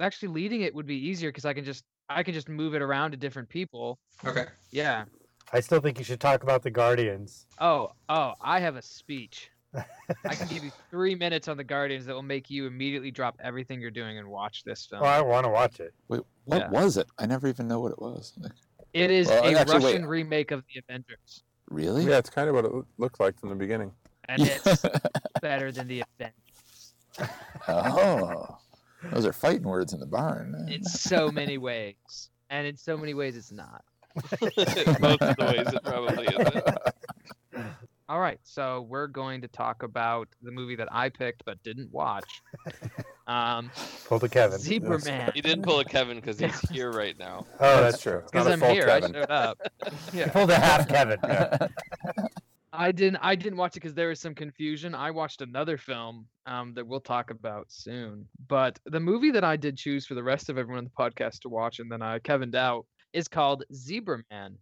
Speaker 5: Actually, leading it would be easier because I can just I can just move it around to different people.
Speaker 4: Okay.
Speaker 5: Yeah.
Speaker 3: I still think you should talk about the Guardians.
Speaker 5: Oh, oh, I have a speech. I can give you three minutes on the Guardians that will make you immediately drop everything you're doing and watch this film.
Speaker 3: Oh, I want to watch it.
Speaker 7: Wait, what
Speaker 5: Yeah.
Speaker 7: was it? I never even know what it was. Like,
Speaker 5: it is
Speaker 7: well,
Speaker 5: a
Speaker 7: actually, wait.
Speaker 5: Russian remake of the Avengers,
Speaker 7: really?
Speaker 2: Yeah, it's kind of what it loo- looked like from the beginning.
Speaker 5: and it's better than the Avengers.
Speaker 7: oh, those are fighting words in the barn.
Speaker 5: in so many ways, and in so many ways it's not.
Speaker 1: Most of the ways it probably isn't.
Speaker 5: All right, so we're going to talk about the movie that I picked but didn't watch. Um,
Speaker 3: Pull the Kevin.
Speaker 5: Zebra Man.
Speaker 1: He didn't pull a Kevin because he's here right now.
Speaker 3: Oh,
Speaker 2: That's
Speaker 3: that's
Speaker 2: true.
Speaker 3: not
Speaker 5: Because
Speaker 3: a
Speaker 5: I'm
Speaker 3: full
Speaker 5: here,
Speaker 3: Kevin.
Speaker 5: I showed up. Yeah,
Speaker 3: pull the half Kevin. Yeah.
Speaker 5: I didn't. I didn't watch it because there was some confusion. I watched another film um, that we'll talk about soon. But the movie that I did choose for the rest of everyone on the podcast to watch, and then I Kevined out, is called Zebra Man.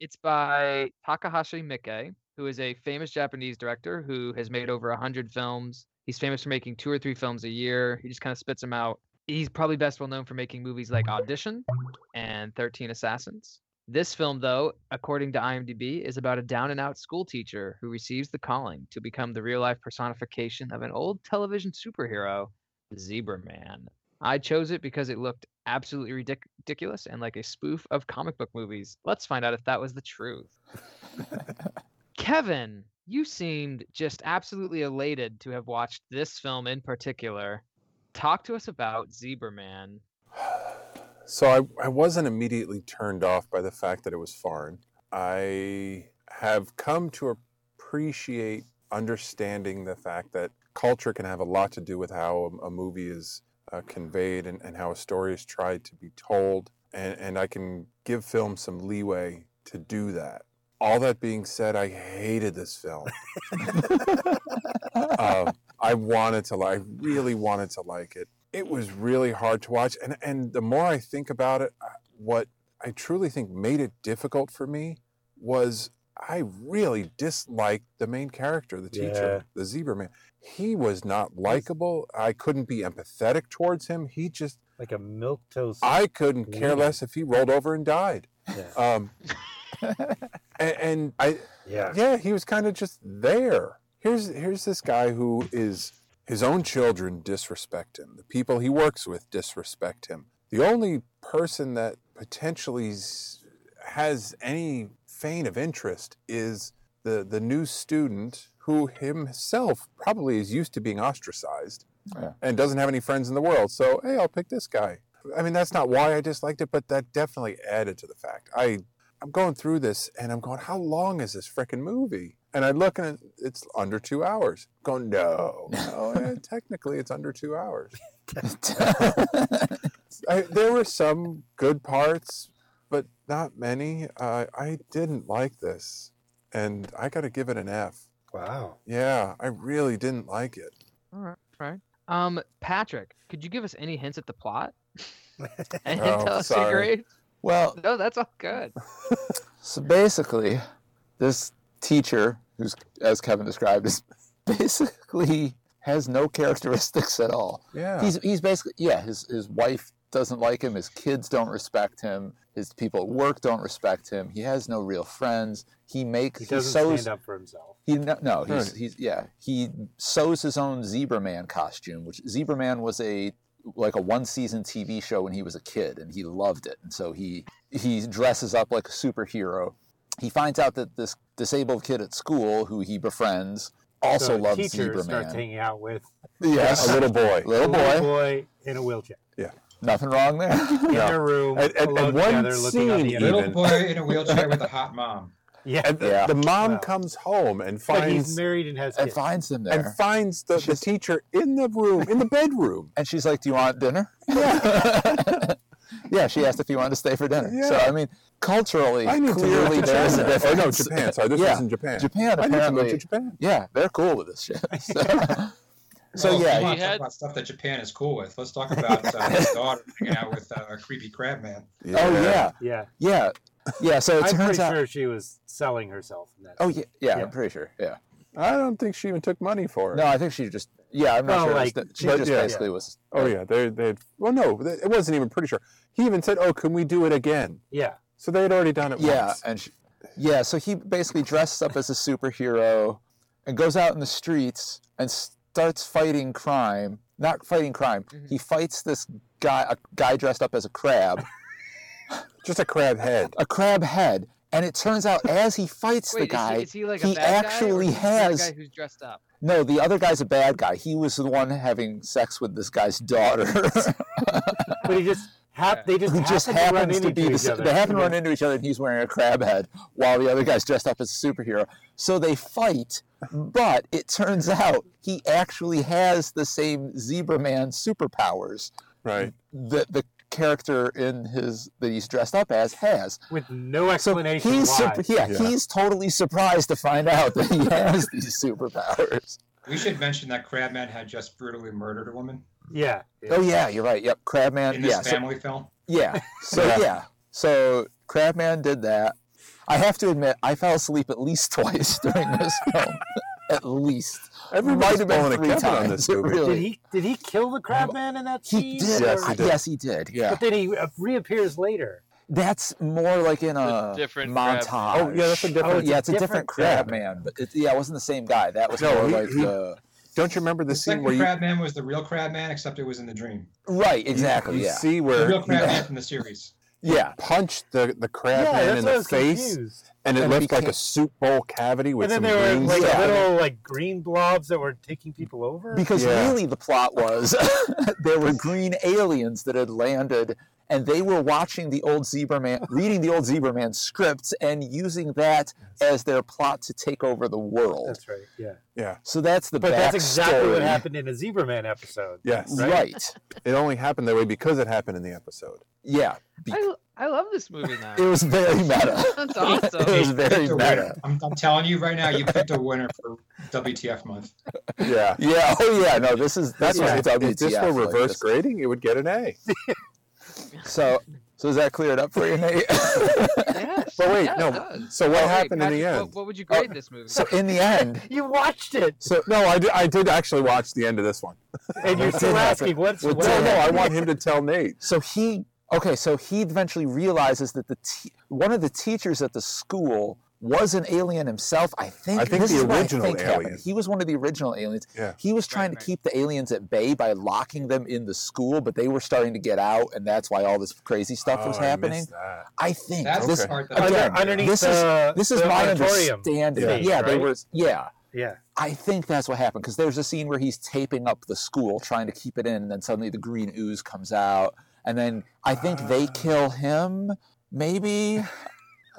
Speaker 5: It's by Takahashi Miike, who is a famous Japanese director who has made over 100 films. He's famous for making two or three films a year. He just kind of spits them out. He's probably best well known for making movies like Audition and 13 Assassins. This film, though, according to IMDb, is about a down and out school teacher who receives the calling to become the real life personification of an old television superhero, Zebra Man. I chose it because it looked absolutely ridic- ridiculous and like a spoof of comic book movies. Let's find out if that was the truth. Kevin, you seemed just absolutely elated to have watched this film in particular. Talk to us about Zebra Man.
Speaker 2: So I, I wasn't immediately turned off by the fact that it was foreign. I have come to appreciate understanding the fact that culture can have a lot to do with how a, a movie is uh, conveyed and, and how a story is tried to be told. And, and I can give film some leeway to do that. All that being said, I hated this film. um, I wanted to like, I really wanted to like it. It was really hard to watch, and and the more I think about it, I- what I truly think made it difficult for me was I really disliked the main character, the teacher, the zebra man. He was not likable. I couldn't be empathetic towards him. He just,
Speaker 3: Like a milk toast.
Speaker 2: I couldn't care
Speaker 3: Yeah.
Speaker 2: less if he rolled over and died.
Speaker 3: Yeah.
Speaker 2: Um, and, and I,
Speaker 3: yeah.
Speaker 2: yeah, he was kind of just there. Here's here's this guy who is his own children disrespect him. The people he works with disrespect him. The only person that potentially s- has any feign of interest is the the new student who himself probably is used to being ostracized
Speaker 7: Yeah.
Speaker 2: and doesn't have any friends in the world. So, hey, I'll pick this guy. I mean, that's not why I disliked it, but that definitely added to the fact. I I'm going through this and I'm going, how long is this frickin' movie? And I look and it- it's under two hours. Going, no, no, eh, technically it's under two hours. I, there were some good parts, but not many. Uh, I didn't like this, and I got to give it an F.
Speaker 3: Wow.
Speaker 2: Yeah, I really didn't like it.
Speaker 5: All right. All right. Um, Patrick, could you give us any hints at the plot? and
Speaker 2: Oh,
Speaker 5: tell us your
Speaker 2: sorry.
Speaker 5: grade?
Speaker 7: well,
Speaker 5: No, that's all good.
Speaker 7: So basically, this teacher, who's as Kevin described, is basically has no characteristics at all.
Speaker 2: Yeah,
Speaker 7: He's he's basically yeah. His his wife doesn't like him. His kids don't respect him. His people at work don't respect him. He has no real friends. He makes
Speaker 3: He
Speaker 7: he,
Speaker 3: doesn't
Speaker 7: sows
Speaker 3: stand up for himself.
Speaker 7: he no, no he's,
Speaker 2: Right.
Speaker 7: he's yeah he sews his own zebra man costume, which zebra man was a like a one season TV show when he was a kid, and he loved it, and so he he dresses up like a superhero. He finds out that this disabled kid at school, who he befriends, also
Speaker 3: So the
Speaker 7: loves
Speaker 3: teacher
Speaker 7: zebra
Speaker 3: starts
Speaker 7: man.
Speaker 3: hanging out with
Speaker 7: Yes,
Speaker 2: a little boy.
Speaker 7: little
Speaker 3: a little
Speaker 7: Oh, boy,
Speaker 3: boy in a wheelchair
Speaker 7: nothing wrong there.
Speaker 3: in a room
Speaker 2: And- and-
Speaker 3: alone
Speaker 2: and one
Speaker 3: together, looking on
Speaker 2: scene
Speaker 3: the
Speaker 4: Little
Speaker 2: Even-
Speaker 4: boy in a wheelchair with a hot mom.
Speaker 3: Yeah,
Speaker 2: And the,
Speaker 7: Yeah.
Speaker 2: the mom
Speaker 3: Wow.
Speaker 2: comes home and
Speaker 3: but he's
Speaker 2: finds
Speaker 3: married and has
Speaker 7: and
Speaker 3: kids.
Speaker 7: finds them there,
Speaker 2: and finds the, the
Speaker 7: She's-
Speaker 2: teacher in the room in the bedroom.
Speaker 7: and she's like, "Do you want dinner?" yeah, she asked if you wanted to stay for dinner.
Speaker 2: Yeah.
Speaker 7: So I mean, culturally,
Speaker 2: I need
Speaker 7: clearly
Speaker 2: to go to
Speaker 7: there is a
Speaker 2: China.
Speaker 7: difference.
Speaker 2: Or no, Japan. Sorry, this
Speaker 7: Yeah.
Speaker 2: is in Japan.
Speaker 7: Japan
Speaker 2: I need to go to
Speaker 7: apparently,
Speaker 2: Japan.
Speaker 7: yeah, they're cool with this shit. So, so,
Speaker 4: Well, if
Speaker 7: yeah,
Speaker 4: you
Speaker 1: he
Speaker 4: want to
Speaker 1: had-
Speaker 4: Oh, talk about stuff that Japan is cool with. Let's talk about uh, his daughter hanging out with uh, a creepy crab man.
Speaker 7: oh yeah,
Speaker 3: Yeah,
Speaker 7: yeah, yeah. So it
Speaker 3: I'm
Speaker 7: turns
Speaker 3: pretty
Speaker 7: out,
Speaker 3: sure she was selling herself. In that
Speaker 7: oh yeah, yeah,
Speaker 3: Yeah.
Speaker 7: I'm pretty sure, yeah.
Speaker 2: I don't think she even took money for it.
Speaker 7: No, I think she just, yeah, I'm not
Speaker 3: Well,
Speaker 7: sure.
Speaker 3: like,
Speaker 7: It's- she
Speaker 2: but
Speaker 7: just
Speaker 2: yeah.
Speaker 7: basically was.
Speaker 2: Oh yeah, they they well no, they- it wasn't even pretty sure. He even said, "Oh, can we do it again?"
Speaker 3: yeah,
Speaker 2: So they had already done it
Speaker 7: yeah
Speaker 2: once.
Speaker 7: and she, yeah so he basically dresses up as a superhero and goes out in the streets and starts fighting crime not fighting crime
Speaker 2: Mm-hmm.
Speaker 5: Mhm.
Speaker 7: he fights this guy a guy dressed up as a crab
Speaker 2: Just a crab head.
Speaker 7: a crab head and it turns out as he fights
Speaker 5: Wait,
Speaker 7: the guy
Speaker 5: is, he, is he like a
Speaker 7: he
Speaker 5: bad guy, or
Speaker 7: actually
Speaker 5: is he just
Speaker 7: has-
Speaker 5: a guy who's dressed up.
Speaker 7: no the other guy's a bad guy he was the one having sex with this guy's daughter
Speaker 3: but he just hap- they just
Speaker 7: who just
Speaker 3: happened to run
Speaker 7: happens to,
Speaker 3: into
Speaker 7: be
Speaker 3: each
Speaker 7: the,
Speaker 3: other.
Speaker 7: they happen to
Speaker 3: Yeah.
Speaker 7: run into each other and he's wearing a crab head while the other guy's dressed up as a superhero so they fight but it turns out he actually has the same zebra man superpowers
Speaker 2: Right.
Speaker 7: that the character in his that he's dressed up as has
Speaker 3: with no
Speaker 7: so
Speaker 3: explanation
Speaker 7: he's
Speaker 3: why.
Speaker 7: sup- yeah,
Speaker 2: Yeah.
Speaker 7: he's totally surprised to find out that he has these superpowers
Speaker 4: We should mention that crab man had just brutally murdered a woman
Speaker 3: yeah,
Speaker 7: oh yeah you're right yep crab man
Speaker 4: in this
Speaker 7: yeah so-
Speaker 4: family film.
Speaker 7: Yeah. So
Speaker 2: Yeah.
Speaker 7: yeah. So Crabman did that. I have to admit, I fell asleep at least twice during this film. at least.
Speaker 2: Everybody's
Speaker 7: Might have been
Speaker 2: pulling a
Speaker 7: three
Speaker 2: Kevin on
Speaker 7: times,
Speaker 2: this
Speaker 7: it
Speaker 2: movie.
Speaker 7: really-
Speaker 3: Did he did he kill the crab man in that scene?
Speaker 7: He did.
Speaker 2: Yes,
Speaker 3: or-
Speaker 2: he did.
Speaker 7: Yes, he did. Yeah.
Speaker 3: But then he uh, reappears later.
Speaker 7: That's more like in a
Speaker 1: different
Speaker 7: montage.
Speaker 1: Crabman.
Speaker 2: Oh, yeah, that's a different-
Speaker 7: Oh, yeah, it's a
Speaker 3: different
Speaker 7: different,
Speaker 3: Crabman.
Speaker 7: Crabman, but it, yeah, it wasn't the same guy. That was
Speaker 2: No,
Speaker 7: more
Speaker 2: he-
Speaker 7: like
Speaker 2: he-
Speaker 7: the
Speaker 2: Don't you remember the
Speaker 4: It's like
Speaker 2: scene
Speaker 4: the
Speaker 2: where you,
Speaker 4: crab man was the real crab man, except it was in the dream.
Speaker 7: right, exactly.
Speaker 2: you
Speaker 7: yeah,
Speaker 2: see
Speaker 4: The
Speaker 2: where
Speaker 4: real crab
Speaker 2: he
Speaker 4: man from the series.
Speaker 7: yeah,
Speaker 2: punched the the crab
Speaker 3: yeah,
Speaker 2: man
Speaker 3: that's
Speaker 2: in
Speaker 3: why I
Speaker 2: the
Speaker 3: was
Speaker 2: face,
Speaker 3: confused.
Speaker 2: and it
Speaker 7: And
Speaker 2: left like
Speaker 7: became-
Speaker 2: a soup bowl cavity with
Speaker 3: And then
Speaker 2: some
Speaker 3: there were
Speaker 2: green
Speaker 3: like
Speaker 7: stuff.
Speaker 3: little like green blobs that were taking people over.
Speaker 7: Because
Speaker 2: Yeah.
Speaker 7: really, the plot was there were green aliens that had landed, and they were watching the old Zebra Man, reading the old Zebra Man scripts, and using that as their plot to take over the world.
Speaker 3: that's right. Yeah.
Speaker 7: so that's the
Speaker 3: But that's exactly what
Speaker 7: backstory.
Speaker 3: happened in a Zebra Man episode.
Speaker 2: Yes,
Speaker 7: Right.
Speaker 2: it only happened that way because it happened in the episode.
Speaker 7: Yeah. Be-
Speaker 5: I, I love this movie now.
Speaker 7: it was very meta.
Speaker 5: That's
Speaker 7: it
Speaker 5: awesome.
Speaker 7: was
Speaker 4: You
Speaker 7: very
Speaker 4: picked a winner.
Speaker 7: meta.
Speaker 4: I'm, I'm telling you right now, you picked a winner for WTF month.
Speaker 2: Yeah,
Speaker 7: Yeah. Oh yeah. No, this is
Speaker 2: that's
Speaker 7: that's
Speaker 2: why.
Speaker 7: what WTF.
Speaker 2: If this were
Speaker 7: like
Speaker 2: reverse
Speaker 7: this.
Speaker 2: grading, it would get an A.
Speaker 7: So, so is that cleared up for you, Nate?
Speaker 5: Yes,
Speaker 2: But wait,
Speaker 5: yeah, it
Speaker 2: no.
Speaker 5: does.
Speaker 2: So what
Speaker 5: Oh, wait,
Speaker 2: happened in the
Speaker 5: Patrick,
Speaker 2: end?
Speaker 5: What, what would you grade this movie?
Speaker 7: so in the end,
Speaker 3: You watched it,
Speaker 2: So no, I did, I did actually watch the end of this one.
Speaker 3: and you're
Speaker 7: What
Speaker 3: still
Speaker 7: did happen?
Speaker 3: asking what's
Speaker 7: What
Speaker 3: what?
Speaker 7: did
Speaker 2: No, no,
Speaker 7: happen?
Speaker 2: I want him to tell Nate.
Speaker 7: So he okay. So he eventually realizes that the te- one of the teachers at the school was an alien himself. I think.
Speaker 2: I think
Speaker 7: this
Speaker 2: the
Speaker 7: is what I
Speaker 2: original
Speaker 7: think happened.
Speaker 2: alien.
Speaker 7: He was one of the original aliens.
Speaker 2: Yeah.
Speaker 7: He was trying
Speaker 4: Right,
Speaker 7: to
Speaker 4: right.
Speaker 7: keep the aliens at bay by locking them in the school, but they were starting to get out, and that's why all this crazy stuff was
Speaker 2: Oh, I
Speaker 7: happening.
Speaker 2: missed that.
Speaker 7: I, think
Speaker 4: That's
Speaker 7: this.
Speaker 4: the
Speaker 2: Okay.
Speaker 4: part that
Speaker 7: Again,
Speaker 4: I
Speaker 3: underneath
Speaker 7: this is-
Speaker 3: the
Speaker 7: This is
Speaker 3: the
Speaker 7: my
Speaker 3: auditorium.
Speaker 7: understanding.
Speaker 2: stage,
Speaker 7: yeah, they
Speaker 3: right?
Speaker 7: were. Yeah.
Speaker 3: Yeah.
Speaker 7: I think that's what happened because there's a scene where he's taping up the school, trying to keep it in, and then suddenly the green ooze comes out, and then I think they
Speaker 2: Ah.
Speaker 7: kill him. Maybe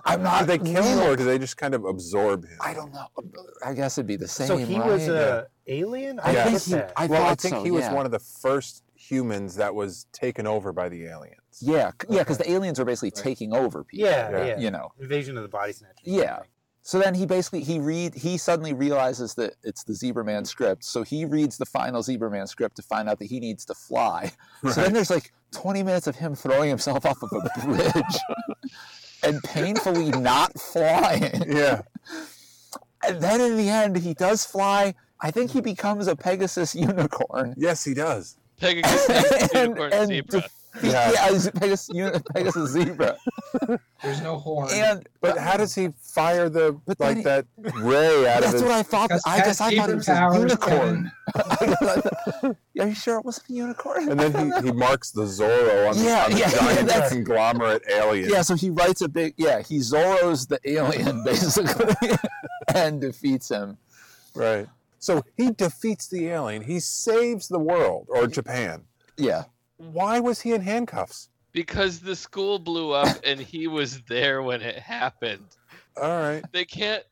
Speaker 7: I'm not.
Speaker 2: Did they kill him
Speaker 7: real-
Speaker 2: or did they just kind of absorb him?
Speaker 7: I don't know. I guess it'd be the same.
Speaker 3: So he
Speaker 7: right?
Speaker 3: was a alien.
Speaker 7: I
Speaker 2: Yeah.
Speaker 3: don't get
Speaker 7: think he.
Speaker 3: that.
Speaker 7: I
Speaker 2: well,
Speaker 7: thought
Speaker 2: I think
Speaker 7: so,
Speaker 2: he was
Speaker 7: yeah.
Speaker 2: one of the first humans that was taken over by the aliens.
Speaker 7: Yeah, c- yeah, because
Speaker 2: Okay.
Speaker 7: the aliens are basically
Speaker 4: Right.
Speaker 7: taking over people.
Speaker 3: Yeah,
Speaker 2: Yeah.
Speaker 3: yeah.
Speaker 7: you know.
Speaker 3: Invasion of the Body Snatchers.
Speaker 7: Yeah. So then he basically he read he suddenly realizes that it's the Zebra Man script. So he reads the final Zebra Man script to find out that he needs to fly. So then there's like 20 minutes of him throwing himself off of a bridge and painfully not flying.
Speaker 2: Yeah.
Speaker 7: And then in the end he does fly. I think he becomes a Pegasus unicorn.
Speaker 2: Yes, he does.
Speaker 1: Pegasus,
Speaker 7: and
Speaker 1: unicorn,
Speaker 7: and
Speaker 1: zebra.
Speaker 7: defe- yeah, he's a Pegasus, uni- Pegasus zebra.
Speaker 4: There's no horn.
Speaker 7: And
Speaker 2: But how does he fire the
Speaker 7: But then
Speaker 2: like that ray out of
Speaker 7: that's
Speaker 2: his?
Speaker 7: what I thought.
Speaker 4: Because
Speaker 7: I guess
Speaker 4: Pat
Speaker 7: I thought
Speaker 4: Zebra
Speaker 7: he was a
Speaker 4: powers,
Speaker 7: unicorn. Are you sure it wasn't a unicorn?
Speaker 2: and then he, he marks the Zorro on
Speaker 7: Yeah,
Speaker 2: the, on the
Speaker 7: yeah, yeah,
Speaker 2: giant
Speaker 7: that's-
Speaker 2: conglomerate alien.
Speaker 7: Yeah, so he writes a big yeah, he Zorro's the alien basically and defeats him.
Speaker 2: Right. So he defeats the alien. He saves the world or Japan.
Speaker 7: Yeah.
Speaker 2: Why was he in handcuffs?
Speaker 1: Because the school blew up and he was there when it happened.
Speaker 2: All right.
Speaker 1: They can't.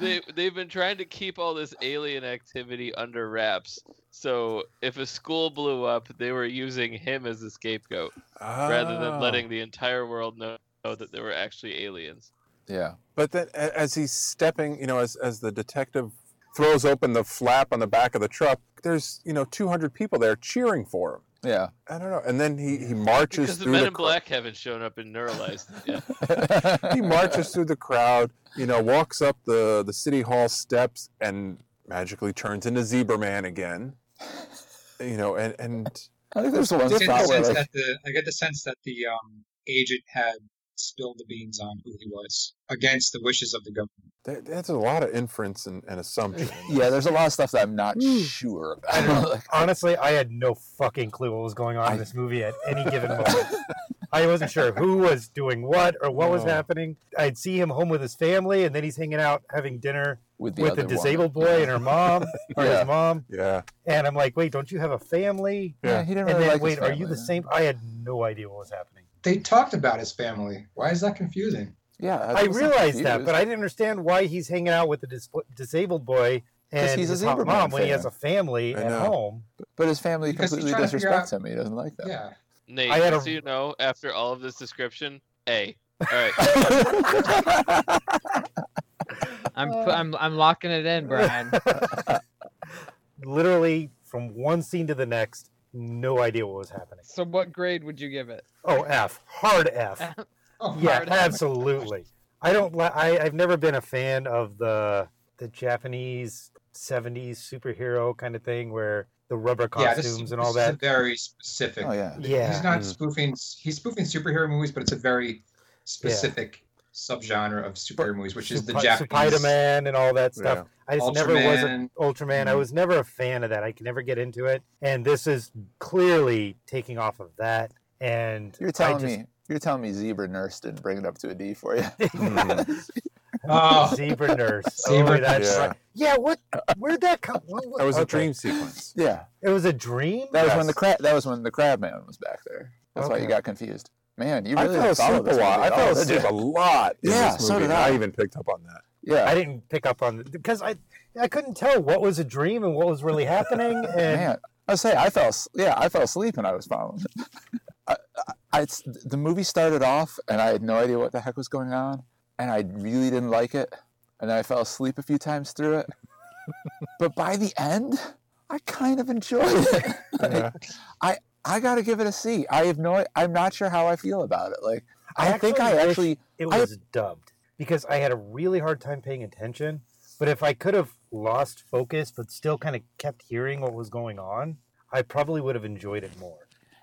Speaker 1: they they've been trying to keep all this alien activity under wraps. So if a school blew up, they were using him as a scapegoat rather
Speaker 7: Oh.
Speaker 1: than letting the entire world know, know that there were actually aliens.
Speaker 7: Yeah.
Speaker 2: But then, a- as he's stepping, you know, as as the detective throws open the flap on the back of the truck, there's you know 200 people there cheering for him.
Speaker 7: Yeah.
Speaker 2: I don't know. And then he he marches
Speaker 1: Because the
Speaker 2: through
Speaker 1: Men
Speaker 2: the
Speaker 1: in
Speaker 2: cr-
Speaker 1: Black haven't shown up and neuralized yet.
Speaker 2: he marches through the crowd, you know, walks up the, the city hall steps and magically turns into Zebra Man again. You know, and, and
Speaker 7: I think there's one
Speaker 4: I get the
Speaker 7: spot where
Speaker 4: sense
Speaker 7: like,
Speaker 4: that the I get the sense that the um, agent had spilled the beans on who he was against the wishes of the government.
Speaker 2: that, that's a lot of inference and, and assumption.
Speaker 7: yeah, there's a lot of stuff that I'm not sure about. Like,
Speaker 3: Honestly, I had no fucking clue what was going on in this movie at any given moment. I wasn't sure who was doing what or what was
Speaker 2: No.
Speaker 3: happening. I'd see him home with his family, and then he's hanging out having dinner
Speaker 7: with the
Speaker 3: with
Speaker 7: other
Speaker 3: the
Speaker 7: woman.
Speaker 3: disabled boy and her mom or
Speaker 7: Yeah.
Speaker 3: his mom.
Speaker 2: Yeah.
Speaker 3: And I'm like, wait, don't you have a family?
Speaker 7: Yeah. he didn't
Speaker 3: And
Speaker 7: really
Speaker 3: then,
Speaker 7: like his
Speaker 3: wait, are you
Speaker 7: family,
Speaker 3: the
Speaker 7: yeah.
Speaker 3: same? I had no idea what was happening.
Speaker 4: They talked about his family. Why is that confusing?
Speaker 7: Yeah,
Speaker 3: I realized that, but I didn't understand why he's hanging out with the dis- disabled boy and
Speaker 7: he's a
Speaker 3: his hot
Speaker 7: Zimmerman
Speaker 3: mom when he has
Speaker 7: fan.
Speaker 3: a family
Speaker 2: I
Speaker 3: at
Speaker 2: know.
Speaker 3: home.
Speaker 7: but his family
Speaker 4: Because he's
Speaker 7: completely
Speaker 4: trying to figure
Speaker 7: disrespects him. He doesn't like that.
Speaker 4: Yeah.
Speaker 1: Nate,
Speaker 3: I had a-
Speaker 1: just so you know, after all of this description, A. All right.
Speaker 5: I'm pu- I'm I'm locking it in, Brian.
Speaker 3: Literally from one scene to the next, no idea what was happening.
Speaker 5: so what grade would you give it?
Speaker 3: Oh, F, hard F.
Speaker 4: Oh,
Speaker 3: yeah,
Speaker 4: hard.
Speaker 3: absolutely. I don't. Li- I I've never been a fan of the the Japanese '70s superhero kind of thing where the rubber
Speaker 4: Yeah, this,
Speaker 3: costumes and all
Speaker 4: this is
Speaker 3: that.
Speaker 4: very specific.
Speaker 7: Oh yeah.
Speaker 3: Yeah.
Speaker 4: He's not
Speaker 2: Mm.
Speaker 4: spoofing. He's spoofing superhero movies, but it's a very specific subgenre of superhero movies, which is the Japanese.
Speaker 3: Spider Man and all that stuff. I just never was a
Speaker 4: Ultraman.
Speaker 3: Ultraman. I
Speaker 7: Mhm.
Speaker 3: was never a fan of that. I could never get into it. And this is clearly taking off of that. And
Speaker 7: You're
Speaker 3: I
Speaker 7: telling
Speaker 3: just,
Speaker 7: me you're telling me zebra nurse didn't bring it up to a D for you.
Speaker 4: Oh,
Speaker 3: zebra nurse.
Speaker 4: Zebra
Speaker 3: oh, that's
Speaker 2: Yeah.
Speaker 3: right. Yeah. What? Where'd that come? What, what-
Speaker 2: That was a
Speaker 3: okay.
Speaker 2: dream sequence.
Speaker 7: yeah.
Speaker 3: It was a dream.
Speaker 7: That was
Speaker 2: Yes.
Speaker 7: when the crab that was when the crab man was back there. That's why you
Speaker 3: Okay.
Speaker 7: got confused. Man, you
Speaker 2: I
Speaker 7: really
Speaker 2: fell
Speaker 7: follow
Speaker 2: asleep a
Speaker 7: this
Speaker 2: lot.
Speaker 7: movie
Speaker 2: I
Speaker 7: at
Speaker 2: fell
Speaker 7: all, didn't you?
Speaker 2: asleep a lot. in
Speaker 7: Yeah,
Speaker 2: this
Speaker 7: so
Speaker 2: movie,
Speaker 7: did
Speaker 2: and
Speaker 7: I.
Speaker 2: even picked up on that.
Speaker 7: Yeah.
Speaker 3: I didn't pick up on because I I couldn't tell what was a dream and what was really happening. And
Speaker 7: Man, I say I fell. as- Yeah, I fell asleep and I was following. it. I, I, I, the movie started off and I had no idea what the heck was going on, and I really didn't like it. And then I fell asleep a few times through it. but by the end, I kind of enjoyed it.
Speaker 2: Yeah.
Speaker 7: I got to give it a C. I have no. I'm not sure how I feel about it. Like
Speaker 3: I
Speaker 7: I, think
Speaker 3: actually
Speaker 7: I
Speaker 3: wish-
Speaker 7: actually.
Speaker 3: it
Speaker 7: I-
Speaker 3: was dubbed because I had a really hard time paying attention. But if I could have lost focus but still kind of kept hearing what was going on, I probably would have enjoyed it more.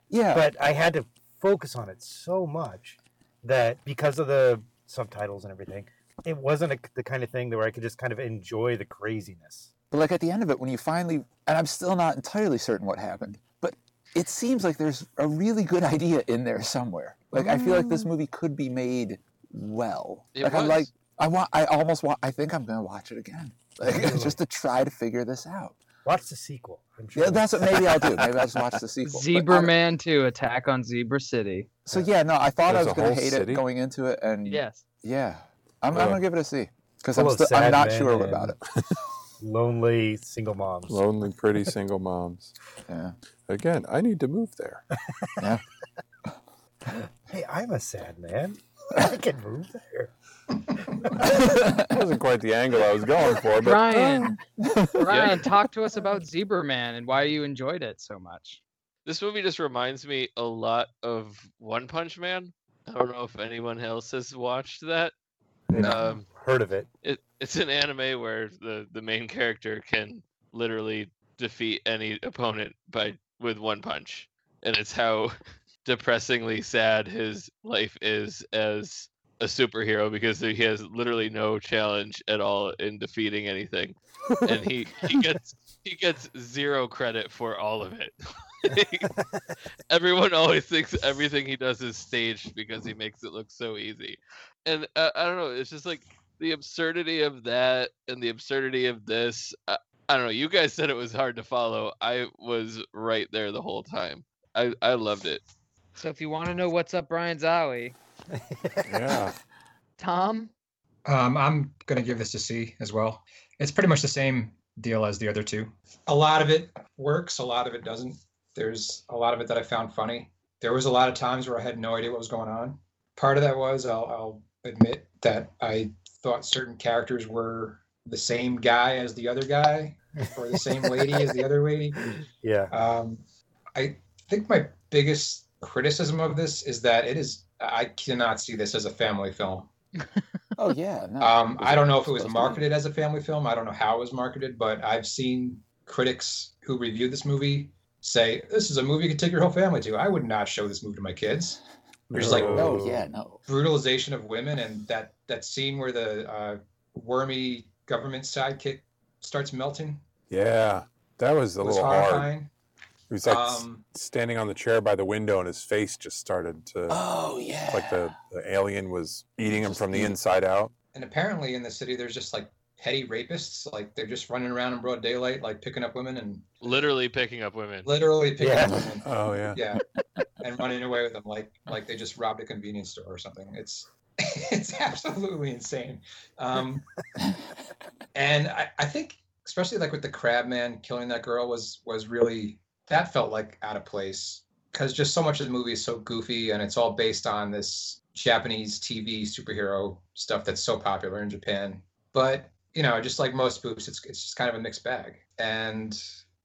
Speaker 7: Yeah.
Speaker 3: But I had to focus on it so much that because of the subtitles and everything, it wasn't a, the kind of thing that where I could just kind of enjoy the craziness.
Speaker 7: But like at the end of it, when you finally, and I'm still not entirely certain what happened, but it seems like there's a really good idea in there somewhere. Like I feel like
Speaker 3: Mm.
Speaker 7: this movie could be made well.
Speaker 1: It
Speaker 7: like I
Speaker 1: was.
Speaker 7: like, I want, I almost want, I think I'm gonna watch it again, like just to try to figure this out.
Speaker 3: Watch the sequel. I'm sure.
Speaker 7: Yeah, that's what maybe I'll do. Maybe I'll just watch the sequel. But
Speaker 5: Zebra
Speaker 7: I-
Speaker 5: Man 2 Attack on Zebra City.
Speaker 7: So yeah, no, I thought
Speaker 2: There's
Speaker 7: I was
Speaker 2: a
Speaker 7: gonna
Speaker 2: whole
Speaker 7: hate
Speaker 2: city?
Speaker 7: it going into it, and
Speaker 5: Yes.
Speaker 7: yeah, I'm, I'm
Speaker 2: Oh.
Speaker 7: gonna give it a C because
Speaker 3: Full
Speaker 7: I'm
Speaker 3: of
Speaker 7: still, I'm
Speaker 3: sad
Speaker 7: not
Speaker 3: men
Speaker 7: sure
Speaker 3: and-
Speaker 7: about it.
Speaker 3: lonely single moms.
Speaker 2: Lonely, pretty single moms.
Speaker 7: Yeah,
Speaker 2: Again, I need to move there.
Speaker 3: Hey, I'm a sad man. I can move there.
Speaker 2: That wasn't quite the angle I was going for, but
Speaker 5: Brian, Brian, talk to us about Zebra Man and why you enjoyed it so much.
Speaker 1: This movie just reminds me a lot of One Punch Man. I don't know if anyone else has watched that. Um,
Speaker 3: Heard of it?
Speaker 1: it, it's an anime where the, the main character can literally defeat any opponent by with one punch and it's how depressingly sad his life is as a superhero because he has literally no challenge at all in defeating anything and he, he gets he gets zero credit for all of it everyone always thinks everything he does is staged because he makes it look so easy and uh, i don't know it's just like the absurdity of that and the absurdity of this I, I don't know you guys said it was hard to follow i was right there the whole time i i loved it
Speaker 5: So if you want to know what's up Brian's alley,
Speaker 2: yeah.
Speaker 5: Tom,
Speaker 4: Um, I'm gonna give this a C as well. It's pretty much the same deal as the other two. A lot of it works, a lot of it doesn't. There's a lot of it that I found funny. There was a lot of times where I had no idea what was going on. Part of that was I'll, I'll admit that I thought certain characters were the same guy as the other guy or the same lady as the other lady.
Speaker 3: Yeah.
Speaker 4: Um, I think my biggest criticism of this is that it is I cannot see this as a family film.
Speaker 7: Oh yeah. No,
Speaker 4: Um, I don't know if it was
Speaker 7: supposed to be.
Speaker 4: marketed as a family film. I don't know how it was marketed, but I've seen critics who reviewed this movie say this is a movie you could take your whole family to. I would not show this movie to my kids. There's like
Speaker 7: No, "Oh, yeah, no.
Speaker 4: brutalization of women and that that scene where the uh, wormy government sidekick starts melting
Speaker 2: Yeah, that was a
Speaker 4: was
Speaker 2: little hard.
Speaker 4: horrifying.
Speaker 2: He was like s-
Speaker 4: Um,
Speaker 2: standing on the chair by the window, and his face just started to
Speaker 7: Oh yeah.
Speaker 2: it's like the, the alien was eating him
Speaker 7: Just
Speaker 2: from the
Speaker 7: eat.
Speaker 2: inside out.
Speaker 4: and apparently in the city there's just like petty rapists like they're just running around in broad daylight like picking up women and
Speaker 1: Literally picking up women.
Speaker 4: literally picking up
Speaker 3: Yeah.
Speaker 4: women
Speaker 2: Oh yeah,
Speaker 4: yeah and running away with them like like they just robbed a convenience store or something it's it's absolutely insane um and I, I think especially like with the crab man killing that girl was was really that felt like out of place because just so much of the movie is so goofy and it's all based on this japanese tv superhero stuff that's so popular in japan but you know just like most spoofs it's, it's just kind of a mixed bag and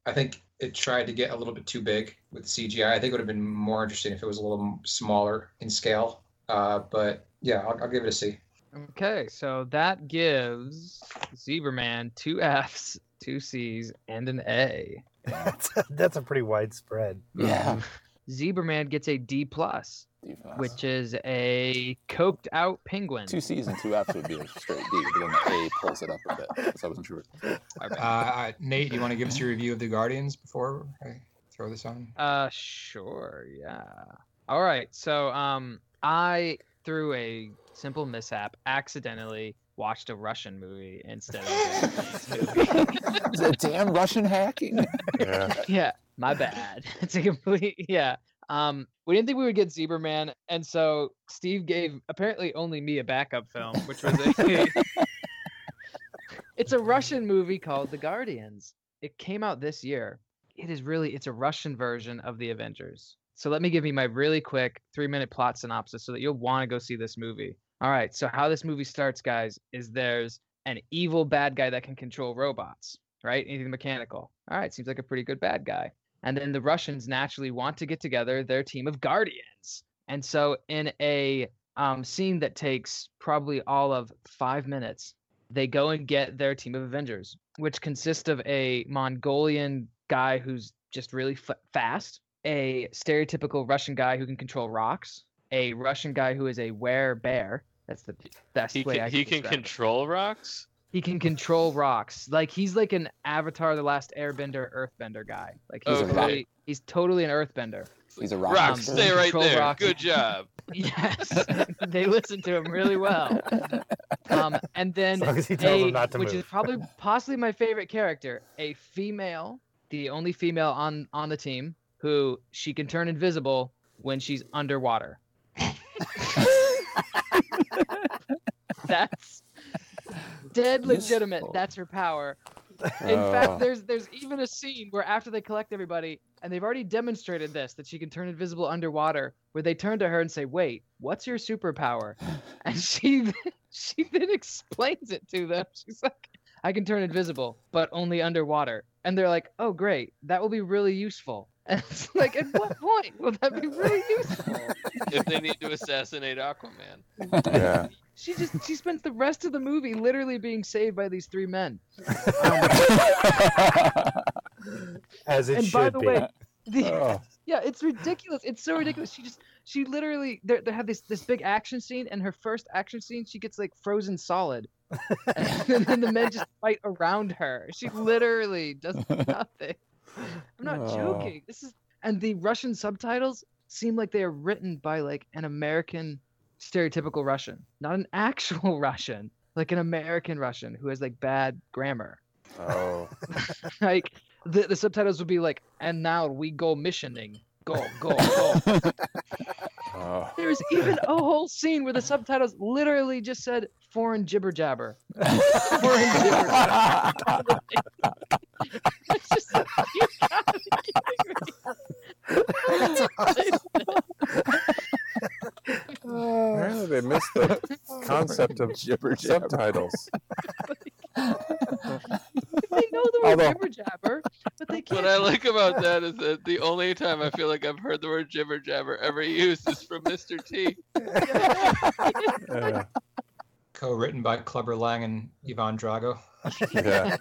Speaker 4: I think it tried to get a little bit too big with CGI. I think it would have been more interesting if it was a little m- smaller in scale. Uh, but yeah, I'll, I'll give it a C.
Speaker 5: Okay, so that gives Zebraman two Fs, two Cs, and an A.
Speaker 3: that's, a, that's a pretty wide spread.
Speaker 7: Yeah.
Speaker 5: Zebraman gets a D plus,
Speaker 7: Defense.
Speaker 5: which is a coked out penguin.
Speaker 7: two C's and two F's would be a straight D, but then the A pulls it up a bit. 'cause I wasn't sure.
Speaker 4: Uh, uh, Nate, do you want to give us your review of the Guardians before I throw this on?
Speaker 5: Uh, sure, yeah. All right, so um, I through a simple mishap accidentally watched a Russian movie instead of a Japanese movie.
Speaker 7: The damn Russian hacking.
Speaker 2: yeah.
Speaker 5: yeah, my bad. it's a complete yeah. Um, we didn't think we would get Zebra Man, and so Steve gave apparently only me a backup film, which was a. it's a Russian movie called The Guardians. It came out this year. It is really it's a Russian version of the Avengers. So let me give you my really quick three minute plot synopsis so that you'll want to go see this movie. All right, so how this movie starts, guys, is there's an evil bad guy that can control robots right? Anything mechanical. All right, seems like a pretty good bad guy. And then the Russians naturally want to get together their team of guardians. And so, in a um, scene that takes probably all of five minutes, they go and get their team of Avengers, which consists of a Mongolian guy who's just really f- fast, a stereotypical Russian guy who can control rocks, a Russian guy who is a were bear. That's the best
Speaker 1: He
Speaker 5: way
Speaker 1: can,
Speaker 5: I
Speaker 1: he can
Speaker 5: describe it.
Speaker 1: control rocks.
Speaker 5: He can control rocks. Like he's like an Avatar: The Last Airbender, Earthbender guy. Like he's
Speaker 1: Okay.
Speaker 5: totally, he's totally an Earthbender.
Speaker 7: He's a rock.
Speaker 1: Rocks,
Speaker 5: Um,
Speaker 1: stay right
Speaker 5: control
Speaker 1: there.
Speaker 5: rocks.
Speaker 1: Good job.
Speaker 5: Yes, they listen to him really well. Um, and
Speaker 3: As
Speaker 5: then
Speaker 3: long as he tells
Speaker 5: a-
Speaker 3: them not to
Speaker 5: which
Speaker 3: move.
Speaker 5: is probably possibly my favorite character, a female, the only female on on the team who she can turn invisible when she's underwater. That's dead legitimate.
Speaker 7: Useful.
Speaker 5: That's her power. In fact,
Speaker 2: Oh.
Speaker 5: there's there's even a scene where after they collect everybody, and they've already demonstrated this that she can turn invisible underwater, where they turn to her and say, "Wait, what's your superpower?" And she th- she then explains it to them. She's like, "I can turn invisible, but only underwater." And they're like, "Oh, great, that will be really useful." And it's like, at what point will that be really useful?
Speaker 1: if they need to assassinate Aquaman.
Speaker 2: yeah.
Speaker 5: She just she spends the rest of the movie literally being saved by these three men.
Speaker 3: As it
Speaker 5: and
Speaker 3: should
Speaker 5: by the
Speaker 3: be.
Speaker 5: way, the,
Speaker 2: Oh,
Speaker 5: Yeah, it's ridiculous. It's so ridiculous. She just she literally they they have this this big action scene, and her first action scene, she gets like frozen solid, and then the men just fight around her. She literally does nothing. I'm not
Speaker 7: Oh.
Speaker 5: joking. This is and the Russian subtitles seem like they are written by like an American stereotypical Russian, not an actual Russian, like an American Russian who has like bad grammar
Speaker 2: oh.
Speaker 5: like the, the subtitles would be like and now we go missioning go go go
Speaker 2: Uh,
Speaker 5: There's even a whole scene where the subtitles literally just said foreign jibber jabber. foreign jibber jabber. It's just like, you gotta be kidding me.
Speaker 2: apparently they missed the
Speaker 5: Oh,
Speaker 2: concept of
Speaker 7: Jibber jabber.
Speaker 2: subtitles.
Speaker 5: they know the word
Speaker 2: Although-
Speaker 5: jibber jabber, but they can't.
Speaker 1: What I like about that is that the only time I feel like I've heard the word jibber jabber ever used is from Mr. T.
Speaker 2: Yeah.
Speaker 4: Co-written by Clubber Lang and Ivan Drago.
Speaker 2: yeah.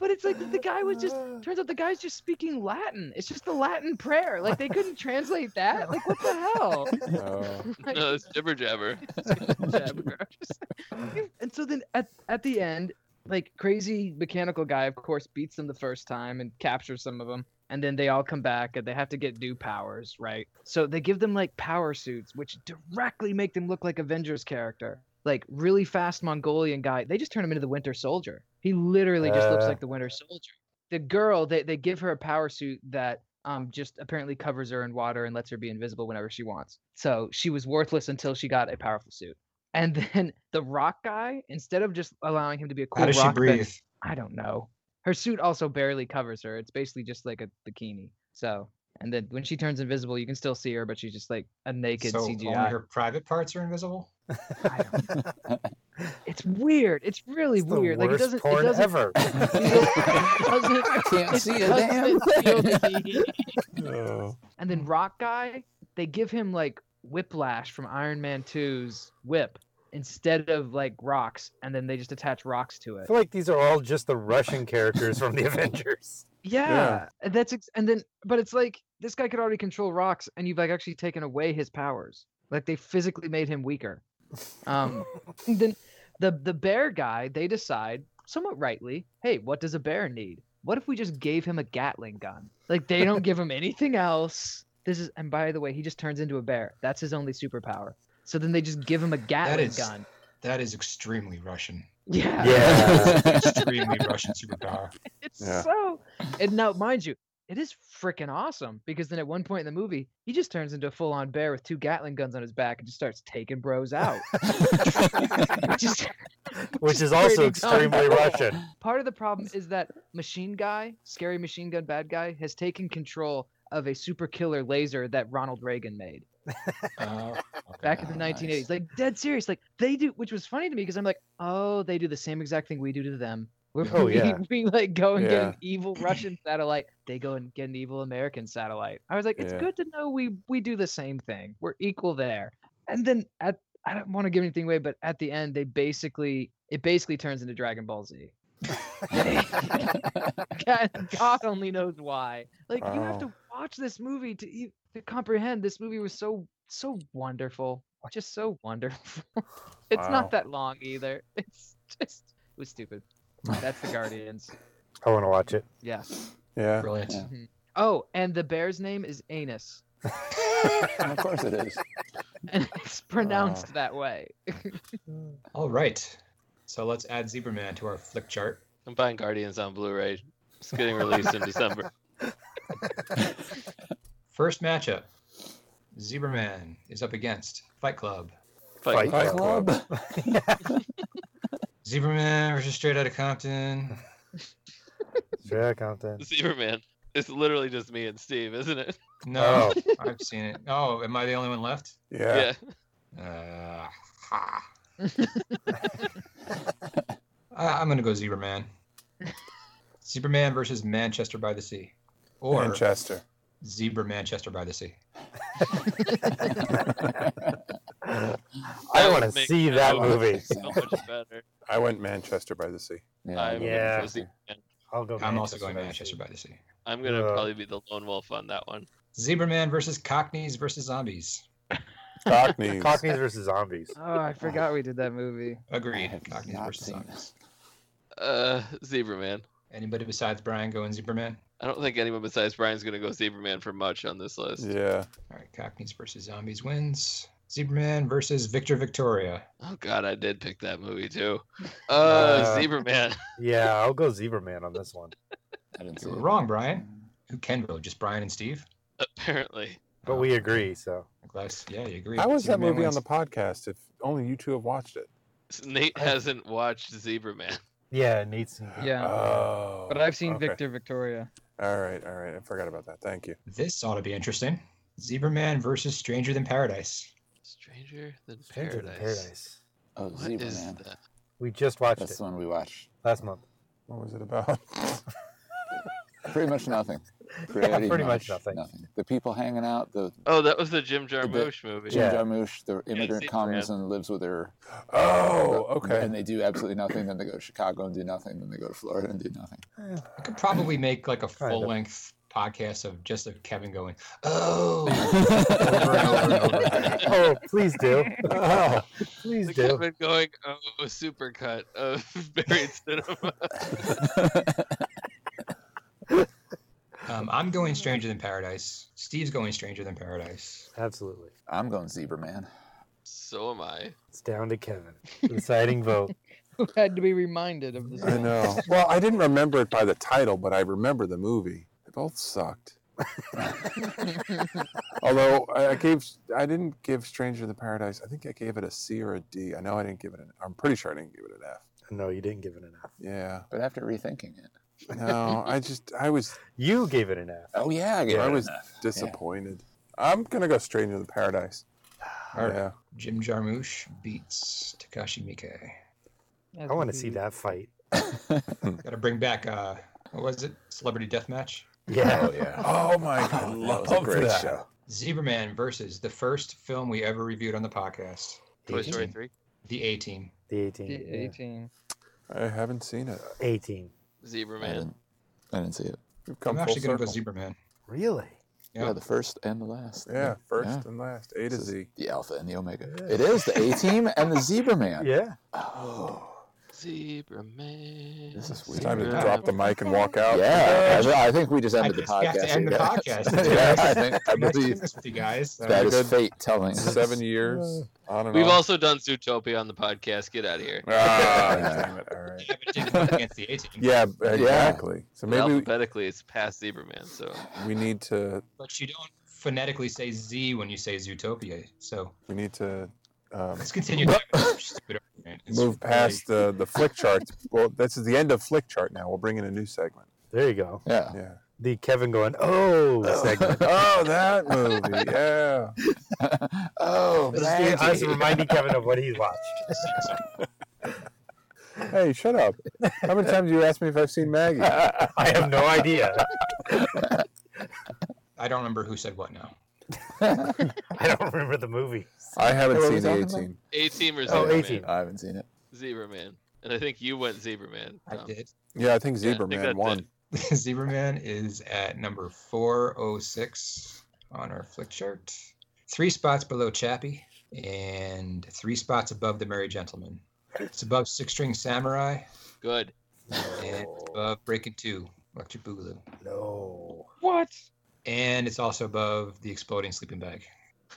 Speaker 5: But it's like the guy was just. Turns out the guy's just speaking Latin. It's just the Latin prayer. Like they couldn't translate that. Like what the hell?
Speaker 2: Oh.
Speaker 5: Like,
Speaker 1: No, it's jibber jabber.
Speaker 5: jabber. Just- and so then at, at the end, like crazy mechanical guy, of course, beats them the first time and captures some of them. And then they all come back and they have to get new powers, right? So they give them like power suits, which directly make them look like Avengers character. Like really fast Mongolian guy. They just turn him into the Winter Soldier. He literally just looks
Speaker 3: Uh.
Speaker 5: like the Winter Soldier. The girl, they, they give her a power suit that um, just apparently covers her in water and lets her be invisible whenever she wants. So she was worthless until she got a powerful suit. And then the rock guy, instead of just allowing him to be a cool
Speaker 4: How does she
Speaker 5: rock band-
Speaker 4: breathe?
Speaker 5: I don't know. Her suit also barely covers her. It's basically just like a bikini. So, and then when she turns invisible, you can still see her, but she's just like a naked
Speaker 4: So only
Speaker 5: CGI.
Speaker 4: her private parts are invisible.
Speaker 5: I don't know. it's weird. It's really
Speaker 3: It's the
Speaker 5: weird. Like it
Speaker 3: worst
Speaker 5: doesn't. It
Speaker 3: porn
Speaker 5: doesn't.
Speaker 3: ever.
Speaker 5: It doesn't
Speaker 7: Can't
Speaker 5: it
Speaker 7: see a damn
Speaker 5: doesn't feel
Speaker 7: thing.
Speaker 5: the need.
Speaker 2: Oh.
Speaker 5: And then Rock Guy, they give him like Whiplash from Iron Man 2's whip instead of like rocks, and then they just attach rocks to
Speaker 3: I
Speaker 5: it.
Speaker 3: feel like these are all just the Russian characters from the Avengers.
Speaker 5: Yeah, and that's ex- and then but it's like this guy could already control rocks, and you've like actually taken away his powers. Like they physically made him weaker. Um, and then the the bear guy, they decide somewhat rightly, hey, what does a bear need? What if we just gave him a Gatling gun? Like they don't give him anything else. This is and by the way, he just turns into a bear. That's his only superpower. So then they just give him a Gatling
Speaker 4: is-
Speaker 5: gun.
Speaker 4: That is extremely Russian.
Speaker 5: Yeah.
Speaker 4: Extremely Russian superpower.
Speaker 5: It's
Speaker 2: Yeah.
Speaker 5: so. And now, mind you, it is freaking awesome because then at one point in the movie, he just turns into a full on bear with two Gatling guns on his back and just starts taking bros out. Which is-
Speaker 3: Which is
Speaker 5: pretty
Speaker 3: also
Speaker 5: dumb.
Speaker 3: extremely Russian.
Speaker 5: part of the problem is that Machine Guy, scary machine gun bad guy, has taken control of a super killer laser that Ronald Reagan made
Speaker 4: Uh,
Speaker 5: back
Speaker 4: okay.
Speaker 5: in the
Speaker 7: Oh,
Speaker 5: 1980s.
Speaker 7: nice.
Speaker 5: Like, dead serious. Like, they do, which was funny to me because I'm like, oh, they do the same exact thing we do to them. Where
Speaker 3: Oh,
Speaker 5: we,
Speaker 3: yeah.
Speaker 5: we like go and get
Speaker 2: Yeah.
Speaker 5: an evil Russian satellite. They go and get an evil American satellite. I was like, it's
Speaker 2: Yeah.
Speaker 5: good to know we we do the same thing. We're equal there. And then at I don't want to give anything away, but at the end, they basically it basically turns into Dragon Ball Z. God, God only knows why. Like you have
Speaker 2: Wow.
Speaker 5: to watch this movie to e- to comprehend. This movie was so so wonderful, just so wonderful. it's
Speaker 2: Wow.
Speaker 5: not that long either. It's just it was stupid. That's the Guardians.
Speaker 3: I want to watch it.
Speaker 5: Yeah.
Speaker 2: Yeah.
Speaker 4: Brilliant.
Speaker 7: Yeah.
Speaker 5: Oh, and the bear's name is Anus,
Speaker 7: of course it is.
Speaker 5: and
Speaker 2: Oh.
Speaker 5: it's pronounced that way.
Speaker 4: All right. So let's add Zebraman to our flick chart.
Speaker 1: I'm buying Guardians on Blu-ray. It's getting released in December.
Speaker 4: First matchup Zebraman is up against Fight Club.
Speaker 1: Fight.
Speaker 2: Fight
Speaker 7: Club.
Speaker 4: Zebraman versus Straight Outta Compton.
Speaker 3: Yeah, content.
Speaker 1: Superman. It's literally just me and Steve, isn't it?
Speaker 4: No, I've seen it. Oh, am I the only one left?
Speaker 2: Yeah.
Speaker 4: Uh, ha. I, am gonna go Zebraman. Zebraman versus Manchester by the Sea, or
Speaker 2: Manchester.
Speaker 4: Zebra Manchester by the Sea.
Speaker 3: I
Speaker 1: That
Speaker 3: want to
Speaker 1: would make
Speaker 3: see
Speaker 1: no
Speaker 3: that
Speaker 1: sense.
Speaker 3: movie.
Speaker 1: So much better.
Speaker 2: I went Manchester by the Sea.
Speaker 7: Yeah.
Speaker 1: I'm
Speaker 3: Yeah.
Speaker 1: yeah. Superman.
Speaker 3: I'll go.
Speaker 4: I'm also going
Speaker 3: Oh, by the
Speaker 4: Manchester
Speaker 3: Sea.
Speaker 4: by the Sea.
Speaker 1: I'm gonna
Speaker 3: Uh.
Speaker 1: probably be the lone wolf on that one.
Speaker 4: Zebraman versus Cockneys versus Zombies.
Speaker 2: Cockneys.
Speaker 3: Cockneys versus zombies.
Speaker 5: Oh, I forgot we did that movie.
Speaker 4: Agreed.
Speaker 7: I have
Speaker 4: Cockneys
Speaker 7: not
Speaker 4: versus
Speaker 7: seen
Speaker 4: Zombies.
Speaker 1: Uh, Zebraman.
Speaker 4: Anybody besides Brian going Zebraman?
Speaker 1: I don't think anyone besides Brian's gonna go Zebraman for much on this list.
Speaker 2: Yeah.
Speaker 4: All right, Cockneys versus Zombies wins. Zebraman versus Victor Victoria.
Speaker 1: Oh God, I did pick that movie too. Uh,
Speaker 3: Uh.
Speaker 1: Zebraman.
Speaker 3: Yeah, I'll go Zebra Man on this one.
Speaker 7: I didn't see
Speaker 4: You were
Speaker 7: it.
Speaker 4: wrong, Brian. Who can vote? Just Brian and Steve?
Speaker 1: Apparently,
Speaker 3: but
Speaker 4: Oh.
Speaker 3: we agree. So
Speaker 4: Glass. Yeah, you agree.
Speaker 2: How was
Speaker 4: Zebra
Speaker 2: that
Speaker 4: Man
Speaker 2: movie on
Speaker 4: wins.
Speaker 2: the podcast if only you two have watched it?
Speaker 1: Nate hasn't watched Zebra Man.
Speaker 3: yeah, Nate's
Speaker 5: Yeah.
Speaker 2: Oh.
Speaker 5: but I've seen
Speaker 2: okay.
Speaker 5: Victor Victoria.
Speaker 2: All right, all right. I forgot about that. Thank you.
Speaker 4: This ought to be interesting. Zebra Man versus Stranger Than Paradise.
Speaker 1: Stranger than
Speaker 3: Stranger than
Speaker 1: Paradise.
Speaker 3: Paradise.
Speaker 7: Oh,
Speaker 1: What
Speaker 7: Zebra
Speaker 1: is
Speaker 7: Man.
Speaker 1: that?
Speaker 3: We just watched
Speaker 7: That's
Speaker 3: it
Speaker 7: the one we watched.
Speaker 3: last month.
Speaker 2: What was it about?
Speaker 7: Pretty much nothing. Pretty,
Speaker 3: pretty much nothing.
Speaker 7: The people hanging out, the
Speaker 1: Oh, that was the Jim Jarmusch movie.
Speaker 7: Jim
Speaker 3: Yeah.
Speaker 7: Jarmusch, the immigrant
Speaker 1: Zebra
Speaker 7: comes and lives with her.
Speaker 2: oh,
Speaker 7: And
Speaker 2: okay.
Speaker 7: they do absolutely nothing. Then they go to Chicago and do nothing. Then they go to Florida and do nothing.
Speaker 4: I could probably make like a
Speaker 3: Kind of.
Speaker 4: full length podcast of just of Kevin going, oh,
Speaker 3: Over and over and over. again. oh, please do,
Speaker 2: Oh,
Speaker 3: please
Speaker 1: The
Speaker 3: do.
Speaker 1: Kevin going oh supercut of buried cinema.
Speaker 4: um, I'm going Stranger Than Paradise. Steve's going Stranger Than Paradise.
Speaker 3: Absolutely,
Speaker 7: I'm going Zebra Man.
Speaker 1: so am I.
Speaker 3: it's down to Kevin. Deciding vote.
Speaker 5: Who had to be reminded of this?
Speaker 2: I
Speaker 5: one.
Speaker 2: know. Well, I didn't remember it by the title, but I remember the movie. They both sucked. Although I I gave, I didn't give Stranger than Paradise. I think I gave it a C or a D. I know I didn't give it an. I'm pretty sure I didn't give it an F.
Speaker 3: No, you didn't give it an F.
Speaker 2: Yeah.
Speaker 7: But after rethinking it,
Speaker 2: No, I just I was
Speaker 3: You gave it an F.
Speaker 7: oh yeah, I, gave
Speaker 2: I
Speaker 7: it
Speaker 2: was
Speaker 7: an F.
Speaker 2: disappointed. I'm gonna go Stranger than Paradise.
Speaker 4: All right.
Speaker 2: Yeah.
Speaker 4: Jim Jarmusch beats Takashi Miike.
Speaker 5: That's
Speaker 3: I want
Speaker 5: what
Speaker 3: to see
Speaker 5: we-
Speaker 3: that fight.
Speaker 4: Got to bring back, uh, what was it? Celebrity Deathmatch?
Speaker 3: Yeah,
Speaker 7: Oh yeah.
Speaker 2: Oh my god,
Speaker 7: Oh, that
Speaker 2: love
Speaker 7: was a great
Speaker 2: that.
Speaker 7: show.
Speaker 4: Zebra Man versus the first film we ever reviewed on the podcast,
Speaker 1: Toy Story
Speaker 4: Eighteen.
Speaker 1: 3.
Speaker 4: The A Team.
Speaker 3: the
Speaker 5: The
Speaker 3: 18. yeah.
Speaker 5: 18.
Speaker 2: I haven't seen it.
Speaker 3: 18.
Speaker 1: Zebra
Speaker 7: I
Speaker 1: Man.
Speaker 7: didn't, I didn't see it.
Speaker 2: We've come
Speaker 4: I'm actually
Speaker 2: full
Speaker 4: going to
Speaker 2: circle.
Speaker 4: go Zebra Man.
Speaker 3: Really?
Speaker 4: Yeah.
Speaker 7: Yeah. the first and the last.
Speaker 2: yeah, first
Speaker 7: Yeah.
Speaker 2: and last, A to
Speaker 7: This is
Speaker 2: Z.
Speaker 7: The Alpha and the Omega.
Speaker 3: Yeah.
Speaker 7: It is the A team and the Zebra Man.
Speaker 3: Yeah.
Speaker 7: Oh,
Speaker 1: Zebra Man.
Speaker 7: this is
Speaker 2: It's
Speaker 7: weird.
Speaker 2: time to
Speaker 1: Yeah.
Speaker 2: drop the mic and walk out.
Speaker 7: Yeah, I, thi- I think we just ended the
Speaker 4: guess we have
Speaker 7: podcast.
Speaker 4: to end the
Speaker 7: here, guys.
Speaker 4: podcast.
Speaker 7: yeah, I think I
Speaker 4: Nice doing
Speaker 7: believe
Speaker 4: this with you guys. So-
Speaker 7: that
Speaker 2: good.
Speaker 7: is fate telling us.
Speaker 2: Seven years on and
Speaker 1: We've
Speaker 2: off.
Speaker 1: also done Zootopia on the podcast. Get out of here.
Speaker 2: Ah, damn it! All right.
Speaker 4: Yeah, but it didn't go against the A-team.
Speaker 2: Yeah, exactly. So maybe
Speaker 1: Alphabetically, it's past Zebra Man. So
Speaker 2: we need to
Speaker 4: But you don't phonetically say Z when you say Zootopia. So
Speaker 2: we need to um,
Speaker 4: let's continue. talking about this stupid argument. It's
Speaker 2: move
Speaker 4: really-
Speaker 2: past the the flick charts. Well, this is the end of flick chart. Now we'll bring in a new segment.
Speaker 3: There you go.
Speaker 7: Yeah.
Speaker 2: Yeah.
Speaker 3: The Kevin going, oh, segment.
Speaker 2: Oh, that movie. Yeah.
Speaker 7: oh,
Speaker 3: This is the- I was
Speaker 7: Maggie.
Speaker 3: reminding Kevin of what he watched.
Speaker 2: Hey, shut up. How many times do you ask me if I've seen Maggie?
Speaker 3: I have no idea.
Speaker 4: I don't remember who said what now.
Speaker 3: I don't remember the movie.
Speaker 2: I haven't
Speaker 7: What were we
Speaker 2: seen the
Speaker 7: talking
Speaker 2: 18.
Speaker 1: A Team or
Speaker 3: Oh,
Speaker 1: Zebra
Speaker 3: A
Speaker 1: Man?
Speaker 3: Team.
Speaker 7: I haven't seen it.
Speaker 1: Zebra Man. And I think you went Zebra Man.
Speaker 4: I
Speaker 1: Tom.
Speaker 4: did.
Speaker 2: Yeah, I think
Speaker 1: Yeah, I
Speaker 2: Zebra
Speaker 1: think
Speaker 2: Man
Speaker 1: that's
Speaker 2: won.
Speaker 1: it.
Speaker 4: Zebra Man is at number 406 on our flick chart. Three spots below Chappie and three spots above The Merry Gentleman. It's above Six String Samurai
Speaker 1: Good.
Speaker 4: and it's above Breaking Two, Electric Boogaloo.
Speaker 3: No.
Speaker 5: What?
Speaker 4: And it's also above The Exploding Sleeping Bag.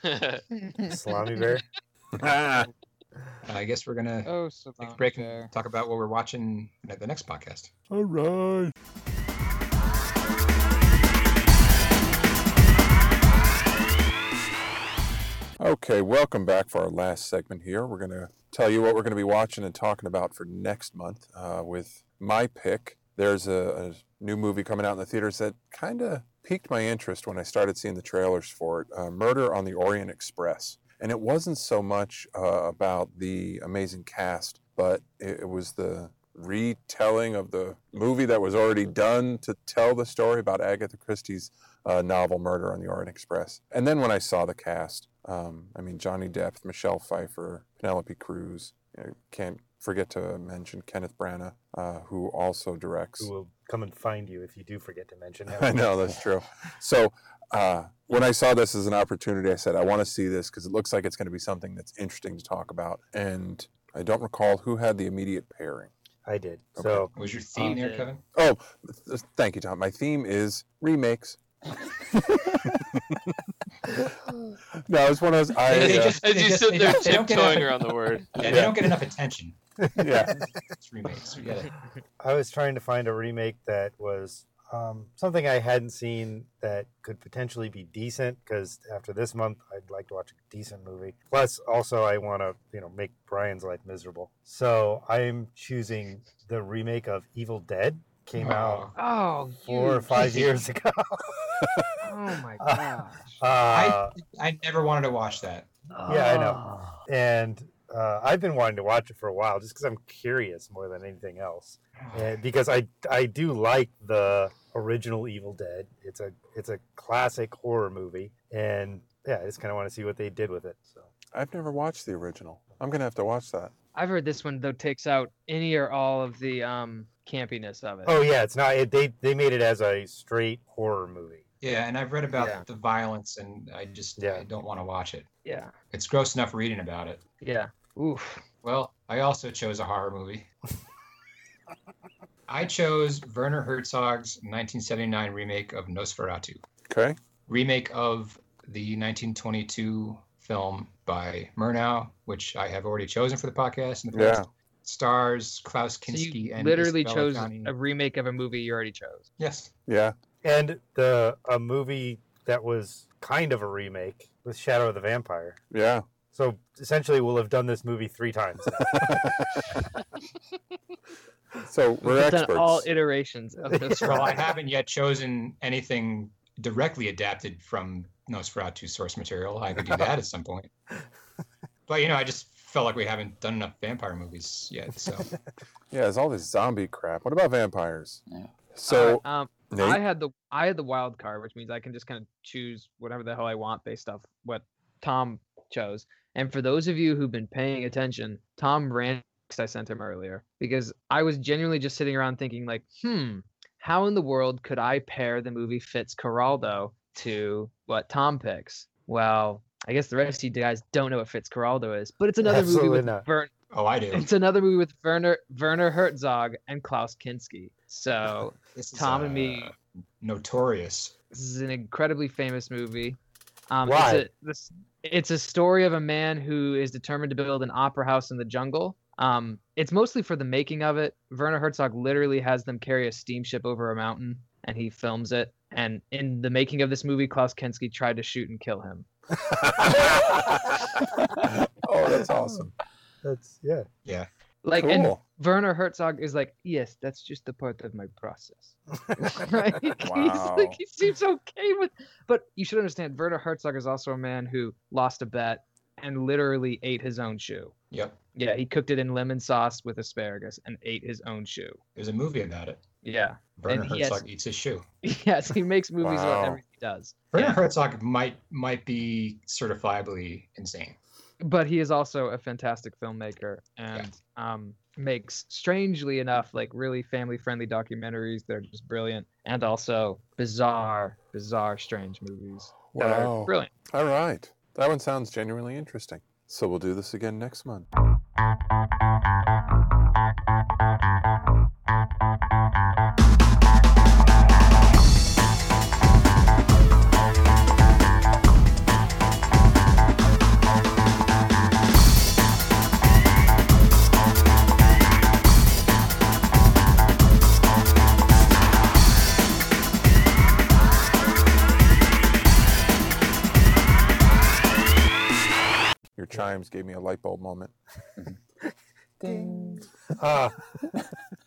Speaker 5: Oh,
Speaker 3: Salami Bear?
Speaker 2: Ah.
Speaker 4: Uh, I guess we're going to
Speaker 5: oh, so
Speaker 4: take a break and talk about what we're watching at the next podcast.
Speaker 2: All right. Okay, welcome back for our last segment here. We're going to tell you what we're going to be watching and talking about for next month uh, with my pick. There's a, a new movie coming out in the theaters that kind of piqued my interest when I started seeing the trailers for it uh, Murder on the Orient Express. And it wasn't so much uh, about the amazing cast, but it, it was the retelling of the movie that was already done to tell the story about Agatha Christie's uh, novel Murder on the Orient Express. And then when I saw the cast, um, I mean, Johnny Depp, Michelle Pfeiffer, Penelope Cruz, you know, can't forget to mention Kenneth Branagh, uh, who also directs.
Speaker 3: Who will come and find you if you do forget to mention him.
Speaker 2: I know, that's true. So uh, when I saw this as an opportunity, I said, I want to see this because it looks like it's going to be something that's interesting to talk about. And I don't recall who had the immediate pairing.
Speaker 3: I did.
Speaker 2: Okay.
Speaker 3: So
Speaker 4: Was your theme there,
Speaker 1: yeah.
Speaker 4: Kevin?
Speaker 2: Oh, th- th- thank you, Tom. My theme is remakes. no, it's one of those. I,
Speaker 4: They
Speaker 2: uh,
Speaker 4: just-
Speaker 1: As
Speaker 4: they
Speaker 1: you
Speaker 4: just-
Speaker 1: sit
Speaker 4: they
Speaker 1: there
Speaker 4: don't- they don't get
Speaker 1: tiptoeing
Speaker 4: enough-
Speaker 1: around the word.
Speaker 4: Yeah, They
Speaker 2: Yeah.
Speaker 4: don't get enough attention.
Speaker 2: yeah.
Speaker 4: It's remakes. We gotta-
Speaker 3: I was trying to find a remake that was Um, something I hadn't seen that could potentially be decent because after this month, I'd like to watch a decent movie. Plus, also, I want to you know make Brian's life miserable. So I'm choosing the remake of Evil Dead. Came out
Speaker 5: Oh,
Speaker 3: four or
Speaker 5: huge.
Speaker 3: five years ago.
Speaker 5: Oh my
Speaker 3: Uh,
Speaker 5: gosh.
Speaker 3: Uh,
Speaker 4: I never wanted to watch that.
Speaker 3: yeah, I
Speaker 4: Ah.
Speaker 3: know. and uh, I've been wanting to watch it for a while just because I'm curious more than anything else. Uh, because I I do like the original Evil Dead. It's a it's a classic horror movie, and yeah, I just kind of want to see what they did with it. So
Speaker 2: I've never watched the original. I'm gonna have to watch that.
Speaker 5: I've heard this one though takes out any or all of the um campiness of it.
Speaker 3: oh yeah, it's not it, they they made it as a straight horror movie.
Speaker 4: Yeah, and I've read about
Speaker 5: Yeah.
Speaker 4: the violence, and I just
Speaker 3: Yeah.
Speaker 4: I don't want to watch it.
Speaker 5: Yeah.
Speaker 4: It's gross enough reading about it.
Speaker 5: Yeah. Oof.
Speaker 4: Well, I also chose a horror movie. I chose Werner Herzog's 1979 remake of Nosferatu,
Speaker 2: Okay.
Speaker 4: remake of the 1922 film by Murnau, which I have already chosen for the podcast. In the
Speaker 2: Yeah.
Speaker 4: past. Stars Klaus
Speaker 5: So
Speaker 4: Kinski
Speaker 5: you
Speaker 4: and
Speaker 5: literally
Speaker 4: Isabella
Speaker 5: chose
Speaker 4: Cohney.
Speaker 5: a remake of a movie you already chose.
Speaker 4: yes.
Speaker 2: Yeah.
Speaker 3: And the a movie that was kind of a remake with Shadow of the Vampire.
Speaker 2: Yeah.
Speaker 3: So essentially, we'll have done this movie three times. now.
Speaker 2: So we're
Speaker 5: We've done
Speaker 2: experts.
Speaker 5: all iterations of this.
Speaker 3: Yeah.
Speaker 5: one.
Speaker 4: Well, I haven't yet chosen anything directly adapted from Nosferatu source material. I could do that at some point. But you know, I just felt like we haven't done enough vampire movies yet. So
Speaker 2: yeah. There's all this zombie crap. What about vampires?
Speaker 7: Yeah.
Speaker 2: So
Speaker 5: um,
Speaker 2: Nate.
Speaker 5: I had the I had the wild card, which means I can just kind of choose whatever the hell I want based off what Tom chose. And for those of you who've been paying attention, Tom ran text I sent him earlier because I was genuinely just sitting around thinking like, hmm, how in the world could I pair the movie Fitzcarraldo to what Tom picks? Well, I guess the rest of you guys don't know what Fitzcarraldo is, but it's another
Speaker 3: Absolutely
Speaker 5: movie with
Speaker 3: not.
Speaker 5: Vern,
Speaker 4: oh I do.
Speaker 5: it's another movie with Werner Werner Herzog and Klaus Kinski. So
Speaker 4: This is, uh,
Speaker 5: Tom and me.
Speaker 4: Notorious.
Speaker 5: This is an incredibly famous movie. Um,
Speaker 3: Why?
Speaker 5: It's a, this, it's a story of a man who is determined to build an opera house in the jungle. Um, it's mostly for the making of it. Werner Herzog literally has them carry a steamship over a mountain, and he films it. And in the making of this movie, Klaus Kinski tried to shoot and kill him.
Speaker 2: oh, that's awesome.
Speaker 3: That's yeah.
Speaker 5: Like,
Speaker 2: cool.
Speaker 5: and Werner Herzog is like, "Yes, that's just a part of my process." right? He's
Speaker 2: Wow.
Speaker 5: like, he seems okay with, but you should understand, Werner Herzog is also a man who lost a bet and literally ate his own shoe.
Speaker 4: Yep.
Speaker 5: Yeah, he cooked it in lemon sauce with asparagus and ate his own shoe.
Speaker 4: There's a movie about it.
Speaker 5: Yeah.
Speaker 4: Werner
Speaker 5: And yes-
Speaker 4: Herzog eats his shoe.
Speaker 5: Yes, he makes movies
Speaker 2: Wow.
Speaker 5: about everything he does.
Speaker 4: Werner
Speaker 5: Yeah.
Speaker 4: Herzog might might be certifiably insane.
Speaker 5: but he is also a fantastic filmmaker and um, makes strangely enough like really family friendly documentaries that are just brilliant and also bizarre bizarre strange movies that
Speaker 2: Wow.
Speaker 5: are brilliant
Speaker 2: All right. That one sounds genuinely interesting. So we'll do this again next month. Your chimes gave me a light bulb moment.
Speaker 3: Ah,